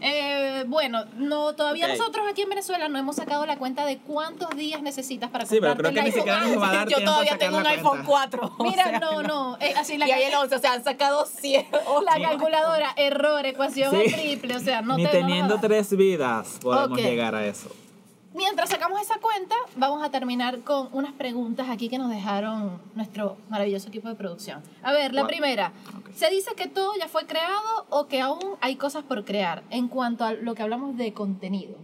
D: Eh, bueno, no, todavía
E: Ok.
D: nosotros aquí en Venezuela no hemos sacado la cuenta de cuántos días necesitas para
E: Sí, pero
D: comprarte
E: creo que
D: el
E: ni
D: iPhone.
E: siquiera nos va a dar
B: Yo
E: tiempo a
B: todavía
E: sacar
B: tengo
E: la
B: un iPhone
E: cuenta.
B: 4. o
D: Mira,
B: sea,
D: no, no, eh, así la,
B: Y hay el 11, o sea, han sacado 100.
D: o la calculadora, error, ecuación
E: Sí.
D: al triple, o sea, no
E: Ni
D: te
E: teniendo
D: no nos va a dar.
E: tres vidas
D: Ok.
E: podemos llegar a eso.
D: Mientras sacamos esa cuenta, vamos a terminar con unas preguntas aquí que nos dejaron nuestro maravilloso equipo de producción. A ver, la
E: Wow.
D: primera. ¿Se dice que todo ya fue creado o que aún hay cosas por crear en cuanto a lo que hablamos de contenido?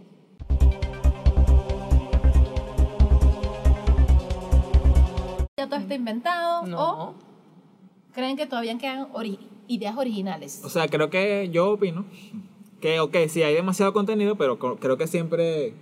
D: ¿Ya todo está inventado o
A: No.
D: creen que todavía quedan ori- ideas originales?
E: O sea, creo que yo opino que, ok, sí hay demasiado contenido, pero co- creo que siempre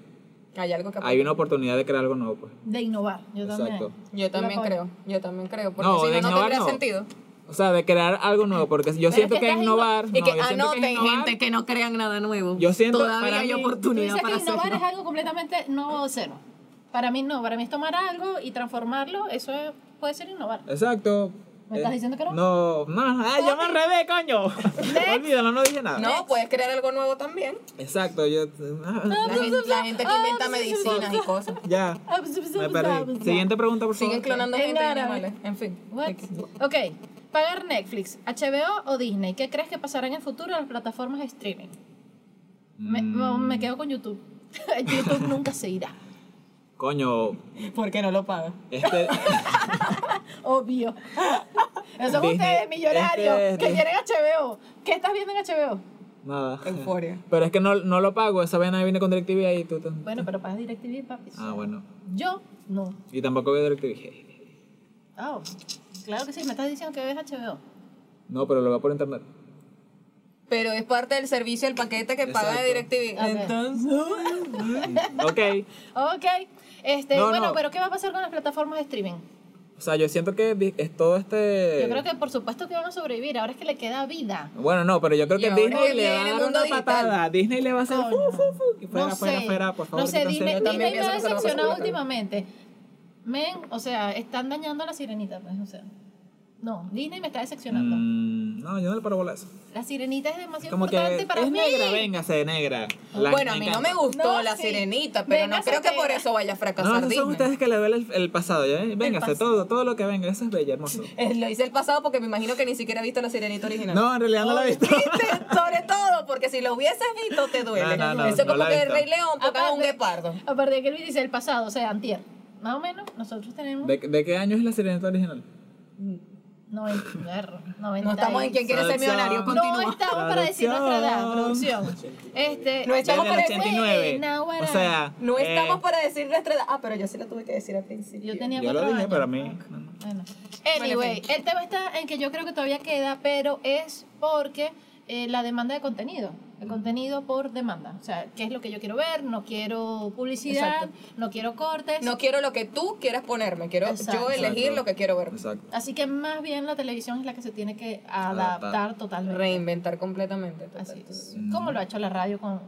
A: Hay algo que
E: hay una oportunidad de crear algo nuevo, pues.
D: De innovar, yo
E: Exacto.
D: también.
A: Yo también
D: Lo apoyo.
A: creo. Yo también creo. Porque
E: No,
A: si no,
E: de
A: no
E: innovar,
A: tendría
E: no.
A: sentido.
E: O sea, de crear algo nuevo, porque yo
D: es
E: siento
D: que
E: que,
D: estás
E: innovar.
A: Y
E: no,
A: que
E: yo siento que
A: anoten,
E: innovar-
A: gente, que no crean nada nuevo.
E: Yo siento-
A: Todavía
E: para
A: hay
E: mí- tú
D: Tú dices
A: oportunidad para
D: que innovar
A: hacerlo.
D: es algo completamente nuevo de cero. Para mí no, para mí es tomar algo y transformarlo, eso es- puede ser innovar.
E: Exacto. Eh,
D: ¿Me estás diciendo que no?
E: No, no, ay, yo me enredé, coño. Olvídalo, no dije nada.
A: No, puedes crear algo nuevo también.
E: Exacto, yo.
A: La gente, la gente que inventa medicinas y cosas.
E: Ya.
D: Ah, pues,
E: Me perdí. Siguiente pregunta, por favor.
A: Siguen clonando
D: En
A: gente y
D: árabe.
A: animales. En fin.
D: What? Ok, pagar Netflix, HBO o Disney, ¿qué crees que pasará en el futuro en las plataformas de streaming?
E: Mm,
D: Me, me- me quedo con YouTube. YouTube nunca se irá.
E: Coño,
B: Porque no lo paga.
E: este.
D: Obvio. Eso son
E: Disney,
D: ustedes, millonarios,
E: este es
D: que
E: Disney.
D: quieren HBO. ¿Qué estás viendo en HBO?
E: nada.
A: Euforia.
E: Pero es que no, no lo pago, esa vaina viene con DirecTV ahí tú. tú-
D: Bueno, pero pagas DirecTV, papi.
E: Ah, bueno.
D: Yo no.
E: Y tampoco veo DirecTV.
D: Oh, claro que sí, me estás diciendo que ves HBO.
E: No, pero lo veo por internet.
A: Pero es parte del servicio, el paquete que paga
E: Exacto.
A: DirecTV.
D: Ok.
E: Ok.
D: Ok, este,
E: No,
D: bueno,
E: no.
D: pero ¿qué va a pasar con las plataformas de streaming?
E: O sea, yo siento que di- es todo este.
D: Yo creo que por supuesto que van a sobrevivir, ahora es que le queda vida.
E: Bueno, no, pero yo creo
A: Y
E: que
A: ahora
E: Disney
A: que
E: le va a
A: viene el
E: dar
A: mundo
E: una
A: digital.
E: patada. Disney le va a hacer.
D: Coño.
E: fu, fu, fu, y fuera,
D: no
E: fuera,
D: sé,
E: fuera, por favor.
D: no sé,
E: quítense
D: Disney,
E: esto.
A: también
D: Disney
A: pienso
D: me ha
A: que se lo vas a
D: decepcionado
A: colocar.
D: últimamente. Men, o sea, están dañando a la sirenita, pues, o sea. No, Disney me está decepcionando.
E: Mm, no, yo no le paro bola a eso.
D: La sirenita es demasiado
E: Como que
D: importante
E: es
D: para mí.
E: negra, véngase, negra. La-
A: bueno, a mí no
E: encanta.
A: me gustó
D: No,
A: la
D: sí.
A: sirenita, pero no
D: Véngase,
A: creo que por
D: negra.
A: eso vaya a
E: No,
A: fracasar
E: esos son
A: Disney.
E: ustedes que le duele el, el pasado, ¿ya? ven? Véngase,
D: pasado.
E: todo, todo lo que venga, eso es bello, hermoso.
A: Eh, Lo hice el pasado porque me imagino que ni siquiera viste la sirenita original.
E: No, en realidad no la he visto.
A: Viste, sobre todo, porque si lo hubieses visto te duele.
E: No, no, no,
A: Eso
E: no
A: como
E: la he
A: que el
E: visto.
A: Rey León toca un
D: Aparte-
A: guepardo.
D: Aparte de que Luis dice el pasado, o sea, antier. Más o menos, nosotros tenemos
E: ¿De, de qué año es la sirenita original?
D: 90.
A: No estamos en quien quiere ser
E: Traducción.
A: millonario,
D: No
A: continúa.
D: estamos para decir nuestra edad, producción. Este, Eh,
A: No estamos
E: Desde el
A: para
E: 89.
D: Buena, buena.
E: O sea,
A: No
E: eh,
A: estamos para decir nuestra edad. Ah, pero yo sí la tuve que decir al principio.
D: yo tenía
E: Yo lo
D: cuatro
E: dije,
D: años.
E: pero a mí.
D: Bueno. Anyway, el tema está en que yo creo que todavía queda, pero es porque eh, la demanda de contenido. El contenido por demanda. O sea, ¿qué es lo que yo quiero ver? No quiero publicidad,
A: Exacto.
D: no quiero cortes.
A: No quiero lo que tú quieras ponerme, quiero
D: Exacto.
A: yo elegir
E: Exacto.
A: lo que quiero ver.
E: Exacto.
D: Así que más bien la televisión es la que se tiene que adaptar,
E: Adaptar.
D: totalmente.
A: Reinventar completamente. total.
D: Así es. Como lo ha hecho la radio con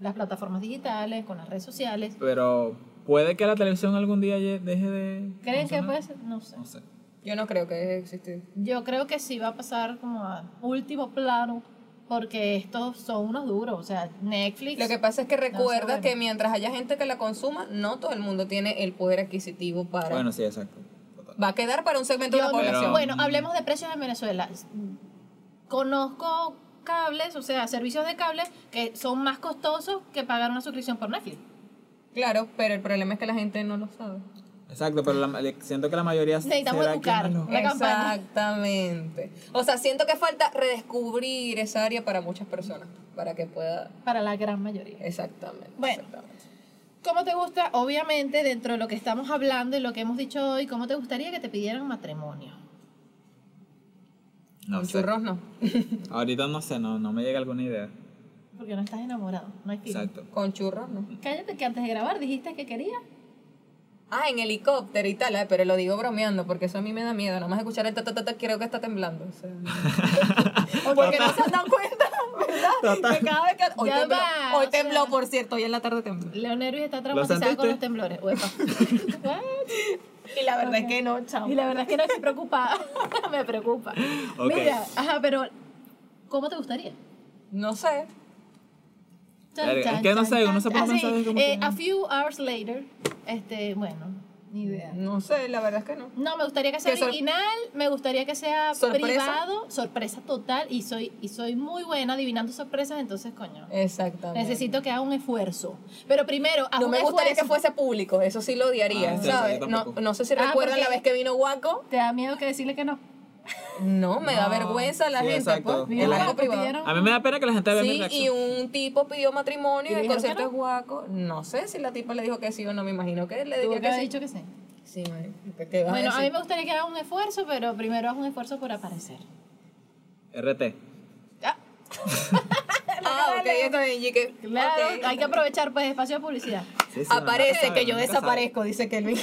D: las plataformas digitales, con las redes sociales.
E: Pero puede que la televisión algún día ye- deje de.
D: ¿Creen que
E: funcionar?
D: puede ser? No sé.
E: No sé.
A: Yo no creo que deje de existir.
D: Yo creo que sí va a pasar como a último plano, porque estos son unos duros. O sea, Netflix.
A: Lo que pasa es que recuerda
D: bueno.
A: que mientras haya gente que la consuma, no todo el mundo tiene el poder adquisitivo para...
E: Bueno, sí, exacto. Total.
A: Va a quedar para un segmento
D: Yo
A: de la
D: no-
A: población.
E: Pero-
D: bueno, hablemos de precios en Venezuela. Conozco cables, o sea, servicios de cable que son más costosos que pagar una suscripción por Netflix.
A: Claro, pero el problema es que la gente no lo sabe.
E: Exacto, pero la- le- siento que la mayoría.
D: Necesitamos
E: será
D: educar.
E: quien lo-
D: Una campaña.
A: Exactamente. O sea, siento que falta redescubrir esa área para muchas personas, para que pueda...
D: Para la gran mayoría.
A: Exactamente.
D: Bueno.
A: exactamente.
D: ¿Cómo te gusta, obviamente, dentro de lo que estamos hablando y lo que hemos dicho hoy, cómo te gustaría que te pidieran matrimonio?
E: No
A: Con
E: sé.
A: churros no.
E: Ahorita no sé, no, no me llega alguna idea.
D: Porque no estás enamorado, no hay feeling.
E: Exacto.
A: Con churros no.
D: Cállate que antes de grabar dijiste que querías.
A: Ah, en helicóptero y tal, ah, pero lo digo bromeando porque eso a mí me da miedo. Nomás escuchar el ta ta ta, ta, creo que está temblando. o sea. porque no se han dado cuenta, ¿verdad? Que cada vez que. Hoy
D: Ya
A: tembló,
D: va,
A: hoy
D: o sea.
A: tembló, por cierto, hoy en la tarde tembló.
D: Leonero está traumatizada con
E: sentiste?
D: los temblores. Uepa. What?
A: Y la verdad es que no, chao.
D: y la verdad es que no estoy preocupada. Me preocupa.
E: Ok.
D: Mira, ajá, pero ¿cómo te gustaría?
A: No sé.
D: Chan,
E: Verga,
D: chan,
E: es que no
D: chan,
E: sé, uno
D: chan.
E: se pone a
D: Así,
E: pensar de cómo
D: eh,
E: que-
D: A few hours later, este, bueno, ni idea.
A: No sé, la verdad es que no.
D: No, me gustaría que sea
A: Que sor-
D: original, me gustaría que sea
A: Sorpresa.
D: privado, sorpresa total, y soy, y soy muy buena adivinando sorpresas, entonces, coño,
A: Exactamente.
D: necesito que haga un esfuerzo. Pero primero, haz
A: No
D: un
A: me gustaría
D: esfuerzo.
A: que fuese público, eso sí lo odiaría,
E: Ah, en serio,
A: ¿sabes?
E: yo
A: No,
E: tampoco.
A: no sé si
D: Ah,
A: recuerdan
D: porque-
A: la vez que vino Waco.
D: ¿Te da miedo que decirle que no?
A: No, me da
E: No,
A: vergüenza la
E: sí,
A: gente.
E: exacto.
A: Pues,
E: Mira,
A: el
E: la
A: algo
D: que
A: privado.
D: pidieron-
E: A mí me da pena que la gente vea mi
A: Sí,
E: reacción.
A: y un tipo pidió matrimonio
D: ¿Y
A: en el
D: dijeron que
A: concierto
D: no?
A: de Guaco. No sé si la tipa le dijo que sí o no, me imagino que le
D: Tuvo
A: diría
D: que
A: que
D: haber
A: sí.
D: dicho que sí.
A: Sí, marico, ¿qué- qué vas
D: Bueno, a mí
A: decir?
D: me gustaría que haga un esfuerzo, pero primero haz un esfuerzo por aparecer.
E: RT.
D: Ah,
A: Ah, ok, está bien, y que-
D: claro,
A: ok.
D: hay que aprovechar pues espacio de publicidad.
E: Sí, sí,
A: Aparece
E: no,
A: que
E: no,
A: yo
E: nunca
A: desaparezco, dice Kelvin.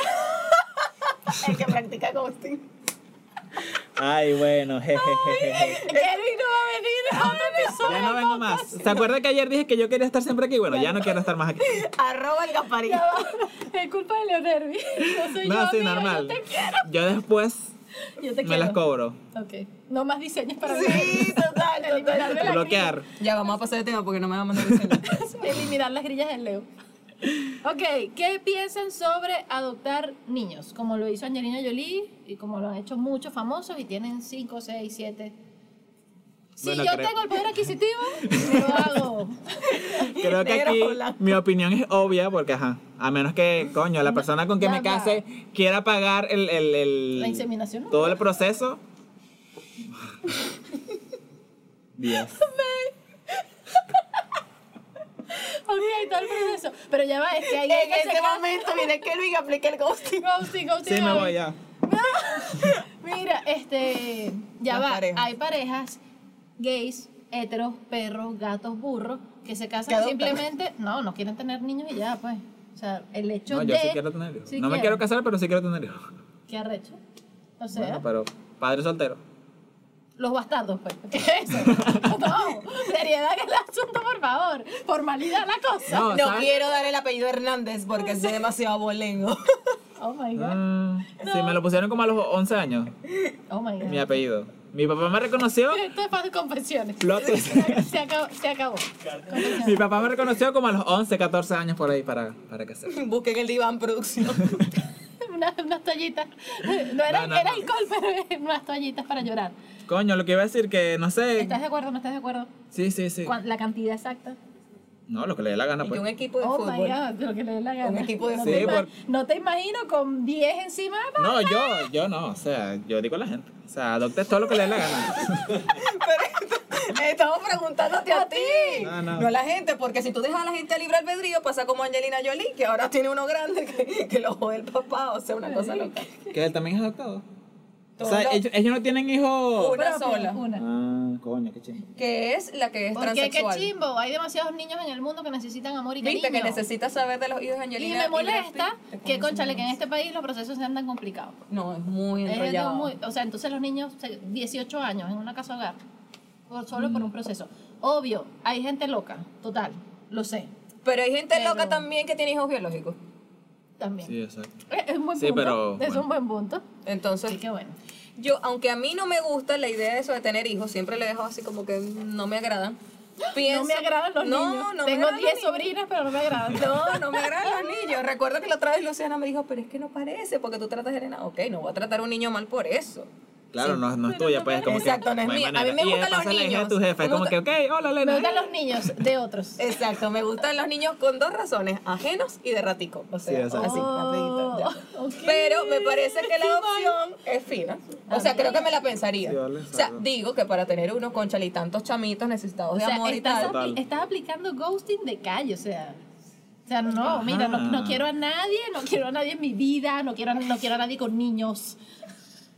A: el que practica ghosting.
E: sabe. Ay, bueno, jejejeje.
A: Kelvin no va a venir a otro episodio.
E: Ya no vengo más. ¿Se acuerda que ayer dije que yo quería estar siempre aquí? Bueno, ya no quiero estar más aquí.
A: Arroba el Gasparín.
D: Es culpa de Leonervi. No soy yo,
E: No, sí,
D: amiga,
E: normal.
D: Yo te quiero.
E: Yo después
D: Yo te
E: me
D: quiero.
E: las cobro.
D: Ok. No más diseños para
A: Sí, total,
D: mí. Eliminar de las
E: Bloquear.
A: Ya vamos a pasar de tema porque no me va a mandar el celular.
D: grillas- Eliminar las grillas del Leo. Ok, ¿qué piensan sobre adoptar niños? Como lo hizo Angelina Jolie y como lo han hecho muchos famosos y tienen 5, 6, 7. Si
E: Bueno,
D: yo
E: creo-
D: tengo el poder adquisitivo, lo hago.
E: Creo que
A: Negro
E: aquí
A: o blanco.
E: mi opinión es obvia porque, ajá, a menos que, coño, la persona con que me
D: nada.
E: case quiera pagar el, el, el-
D: La inseminación, ¿no?
E: todo el proceso. Dios.
D: Ok, todo el proceso. Pero ya va, es que ahí hay
A: En
D: que
A: ese
D: sacar-
A: momento viene Kelvin y aplica el ghosting.
D: Ghosting, ghosting,
E: Sí, me
D: ghosting.
E: voy ya.
D: Mira, este, ya
A: Las
D: va,
A: parejas.
D: hay parejas gays, heteros, perros, gatos, burros, que se
A: Que
D: casan
A: adoptan.
D: simplemente, no, no quieren tener niños y ya, pues. O sea, el hecho
E: No,
D: de...
E: yo sí quiero tener hijos.
D: Sí
E: No me
D: quiero.
E: quiero casar, pero sí quiero tener hijos.
D: ¿Qué arrecho? O sea,
E: Bueno, pues. pero padre soltero.
D: los bastardos, pues. ¿Qué es eso? no, seriedad en el asunto, por favor. Formalidad la cosa.
E: No,
A: No
E: ¿sabes?
A: quiero dar el apellido Hernández porque es demasiado bolengo.
D: Oh my god.
E: Ah, Sí, me lo pusieron como a los 11 años,
D: Oh my god.
E: mi apellido. Mi papá me reconoció.
D: Esto es para confesiones.
E: Plot twist.
D: Se acabó. Se acabó.
E: Mi papá me reconoció como a los 11, 14 años por ahí para, para que sepa.
B: Busquen el diván producción.
D: Unas unas toallitas. No era,
E: No, no,
D: era
E: no.
D: alcohol, pero unas toallitas para llorar.
E: Coño, lo que iba a decir que no sé.
D: ¿Estás de acuerdo? ¿No estás de acuerdo?
E: Sí, sí, sí.
D: Cuan- La cantidad exacta.
E: No, lo que le dé la gana,
A: Y un
E: pues.
A: equipo de
D: oh my
A: fútbol.
D: god, lo que le dé la gana.
B: Un equipo de
D: no,
E: Sí,
D: te ima-
E: por-
D: no te imagino con 10 encima. pa.
E: No, yo, yo no, o sea, yo digo a la gente. O sea, adoptes todo lo que le dé la gana.
B: Estamos preguntándote a ti.
E: No, no.
B: a la gente, porque si tú dejas a la gente a libre albedrío, pasa como Angelina Jolie, que ahora tiene uno grande que, que lo jode el papá, o sea, una cosa loca.
E: Que él también es adoptado. O
B: Todo
E: sea,
B: lo-
E: ellos, ellos no tienen hijos.
B: Una
D: Propia,
B: sola.
D: Una.
E: Ah, coño, qué chingo.
A: Que es la que es
D: Porque qué
A: transexual.
D: chimbo, hay demasiados niños en el mundo que necesitan amor y cariño.
A: Viste que necesitas saber de los hijos de
D: y
A: Angelina.
D: me
A: Brad
D: molesta
A: Pitt.
D: que, conchale, que en este país los procesos sean tan complicados.
A: No, es muy
D: Es algo
A: enrollado.
D: muy- o sea, entonces los niños, se- 18 años en una casa hogar, por- solo por un proceso. Obvio, hay gente loca, total, lo sé,
A: Pero hay gente
D: Pero-
A: loca también que tiene hijos biológicos.
D: también.
E: Sí, exacto.
D: Eh, Es un buen
E: Sí,
D: punto.
E: pero,
D: es
E: bueno.
D: un buen punto.
A: Entonces,
D: Así que bueno.
A: yo, aunque a mí no me gusta la idea de eso de tener hijos, siempre le dejo así como que no me agradan. Pienso,
D: No me agradan los
A: No,
D: niños.
A: no me
D: Tengo
A: agradan los
D: 10
A: niños.
D: sobrinas, pero no me agradan.
A: No, no me agradan los niños. Recuerdo que la otra vez Luciana me dijo, pero es que no parece, porque tú tratas a Elena. Ok, no voy a tratar a un niño mal por eso.
E: Claro, no, no es tuya, pues. Como
B: Exacto,
E: que,
B: no es
E: hay
B: mía. A
E: manera.
B: mí me
E: Y, eh,
B: gustan los
E: pásale la hija de
B: niños.
E: tu jefe,
B: Me
E: como que,
B: gusta-
E: ok, hola,
D: Me
E: Elena.
D: gustan los niños de otros.
B: Exacto, me
A: Me gustan los niños con dos razones, ajenos y de ratico. O sea,
E: exacto.
A: así, rapidito, ya.
D: Oh, ok.
A: Pero me parece que la adopción es fina. O sea, creo que me la pensaría.
E: Sí, vale,
A: o sea,
E: exacto.
A: digo que para tener uno con y tantos chamitos necesitados
D: O
A: de
D: sea,
A: amor y
D: estás,
A: tal.
E: Total.
D: apli- estás aplicando ghosting de calle, o sea. O sea, no, mira, no,
E: Ajá.
D: no quiero a nadie, no quiero a nadie en mi vida, no quiero, a- no quiero a nadie con niños,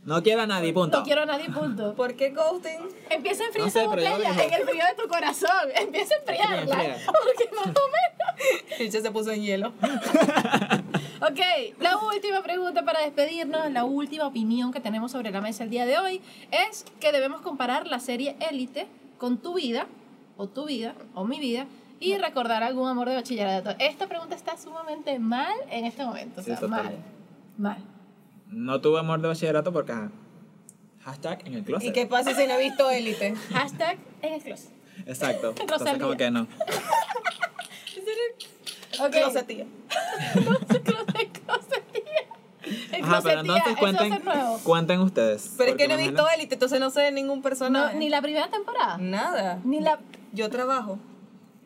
E: No quiero a nadie, punto.
D: no quiero a nadie, punto.
A: ¿Por qué ghosting?
D: Empieza a enfriar
E: No sé,
D: esa
E: pero ya lo
D: botella en
E: dijo.
D: el frío de tu corazón, empieza a enfriarla,
E: enfría.
D: porque más o
A: Ella se puso en hielo.
D: menos. Ok, la última pregunta para despedirnos, la última opinión que tenemos sobre la mesa el día de hoy es que debemos comparar la serie Élite con tu vida, o tu vida, o mi vida, y recordar algún amor de bachillerato. Esta pregunta está sumamente mal en este momento, o
E: Sí,
D: sea,
E: total.
D: mal, mal.
E: No tuve amor de bachillerato porque, ajá. Hashtag en el closet.
B: ¿Y qué pasa si no he visto élite?
D: Hashtag en el closet.
E: Exacto. Entonces,
D: Rosalía.
E: como que no.
D: Ok.
B: Closetía.
D: Closet, closet, tía. El
E: Ajá,
D: closet,
E: pero
D: tía, eso
E: entonces
D: va a ser
E: cuenten,
D: nuevo.
E: cuenten ustedes.
B: Pero es
E: porque
B: que no he
E: imagina-
B: visto élite, entonces no sé de ningún
D: No,
B: personaje.
D: ni la primera temporada.
A: Nada.
D: Ni la.
A: Yo trabajo.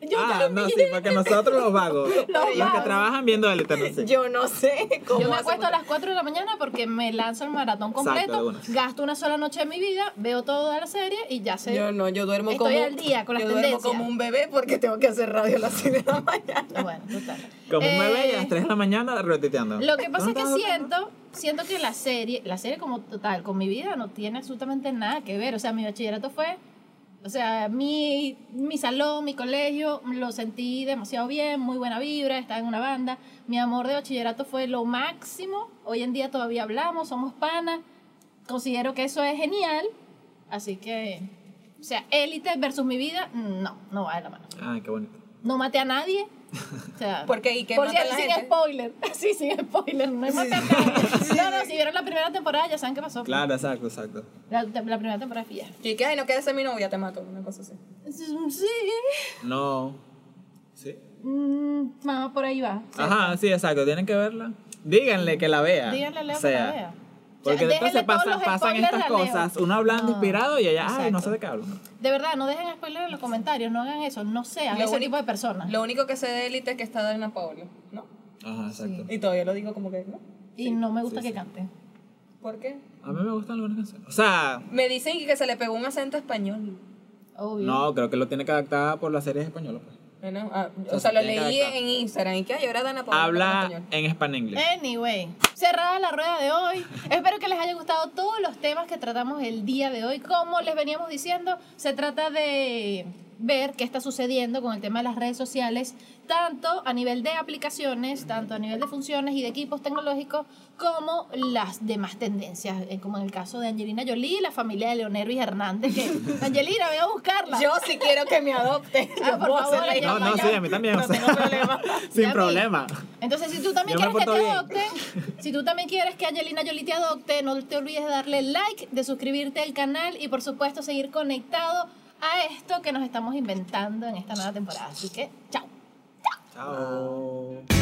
D: Yo
E: Ah,
D: también.
E: no, sí, porque nosotros los vagos, los, que
D: vagos.
E: trabajan viendo el internet, sí.
B: Yo no sé cómo
D: Yo me
B: hace
D: acuesto a las 4 de la mañana porque me lanzo el maratón
E: Exacto, de
D: completo,
E: una.
D: gasto una sola noche de mi vida, veo toda la serie y ya sé.
B: Yo no, yo duermo
D: Estoy
B: como
D: al día con las
B: yo duermo
D: tendencias.
B: como un bebé porque tengo que hacer radio a las 6 de la mañana.
D: Bueno, total.
E: Como un
D: Eh,
E: bebé y a las 3 de la mañana retuiteando.
D: Lo que pasa es que
E: ¿Dónde estás durmiendo?
D: siento, siento que la serie, la serie como total, con mi vida no tiene absolutamente nada que ver. O sea, mi bachillerato fue, o sea, mi, mi salón, mi colegio, lo sentí demasiado bien, muy buena vibra, estaba en una banda. Mi amor de bachillerato fue lo máximo. Hoy en día todavía hablamos, somos panas. Considero que eso es genial. Así que, o sea, élite versus mi vida, no, no va de la mano.
E: Ay, qué bonito.
D: No maté a nadie. O sea,
A: ¿Por qué? ¿Y qué
D: por
A: mata a
D: cierto,
A: la
D: sin
A: gente?
D: spoiler. Sí, sin spoiler. No hemos tratado. No, no, si vieron la primera temporada ya saben qué pasó.
E: Claro, exacto, exacto.
D: La, la primera temporada es ya.
A: Y que, ay, no quieres ser mi novia, te mato. Una cosa así.
D: mm, Sí.
E: No. ¿Sí?
D: Mm, mamá, por ahí va.
E: Ajá, sí, exacto. Tienen que verla. Díganle que la vea.
D: Díganle a Leo
E: O sea,
D: que la vea. O
E: Porque
D: sea,
E: después se
D: déjenle todos
E: pasan,
D: los
E: pasan
D: spoilers
E: estas
D: a Leo.
E: cosas. Uno hablando
D: No.
E: inspirado y ella, ay, no
D: Exacto.
E: sé de qué hablo.
D: De verdad, no dejen spoiler en los comentarios, no hagan eso, no sean
A: Lo
D: ese
A: único-
D: tipo de personas.
A: Lo único que sé de élite es que está Dana Paola, ¿no?
E: Ajá, exacto.
A: Y todavía lo digo como que, ¿no?
D: y no me gusta que canten.
A: ¿Por qué?
E: A mí me gustan algunas canciones. O sea,
A: Me dicen que se le pegó un acento español.
D: Obvio.
E: no, creo que lo tiene que adaptar por las series españolas. pues.
A: Bueno, ah, o sea,
E: sea,
A: lo
E: tiene que
A: leí
E: adaptar.
A: en Instagram. ¿Y qué? Y ahora Dana Paola habla
E: Habla
A: español.
E: en español inglés.
D: Anyway, cerrada la rueda de hoy. Espero que les haya gustado todos los temas que tratamos el día de hoy. Como les veníamos diciendo, se trata de ver qué está sucediendo con el tema de las redes sociales, tanto a nivel de aplicaciones, tanto a nivel de funciones y de equipos tecnológicos, como las demás tendencias, eh, como en el caso de Angelina Jolie y la familia de Leonero y Hernández. que, Angelina, voy a buscarla.
B: Yo sí quiero que me adopte.
D: Ah, por
B: Yo puedo
D: favor,
B: hacer la
D: ya
E: No, no,
D: vaya.
E: sí, a mí también. o
B: No
E: sea,
B: tengo problema.
D: Ya
E: sin
D: vi.
E: problema.
D: Entonces, si tú también
E: Yo me
D: quieres que te
E: porto bien.
D: adopten, si tú también quieres que Angelina Jolie te adopte, no te olvides de darle like, de suscribirte al canal y, por supuesto, seguir conectado a esto que nos estamos inventando en esta nueva temporada. Así que, chao.
E: Chao.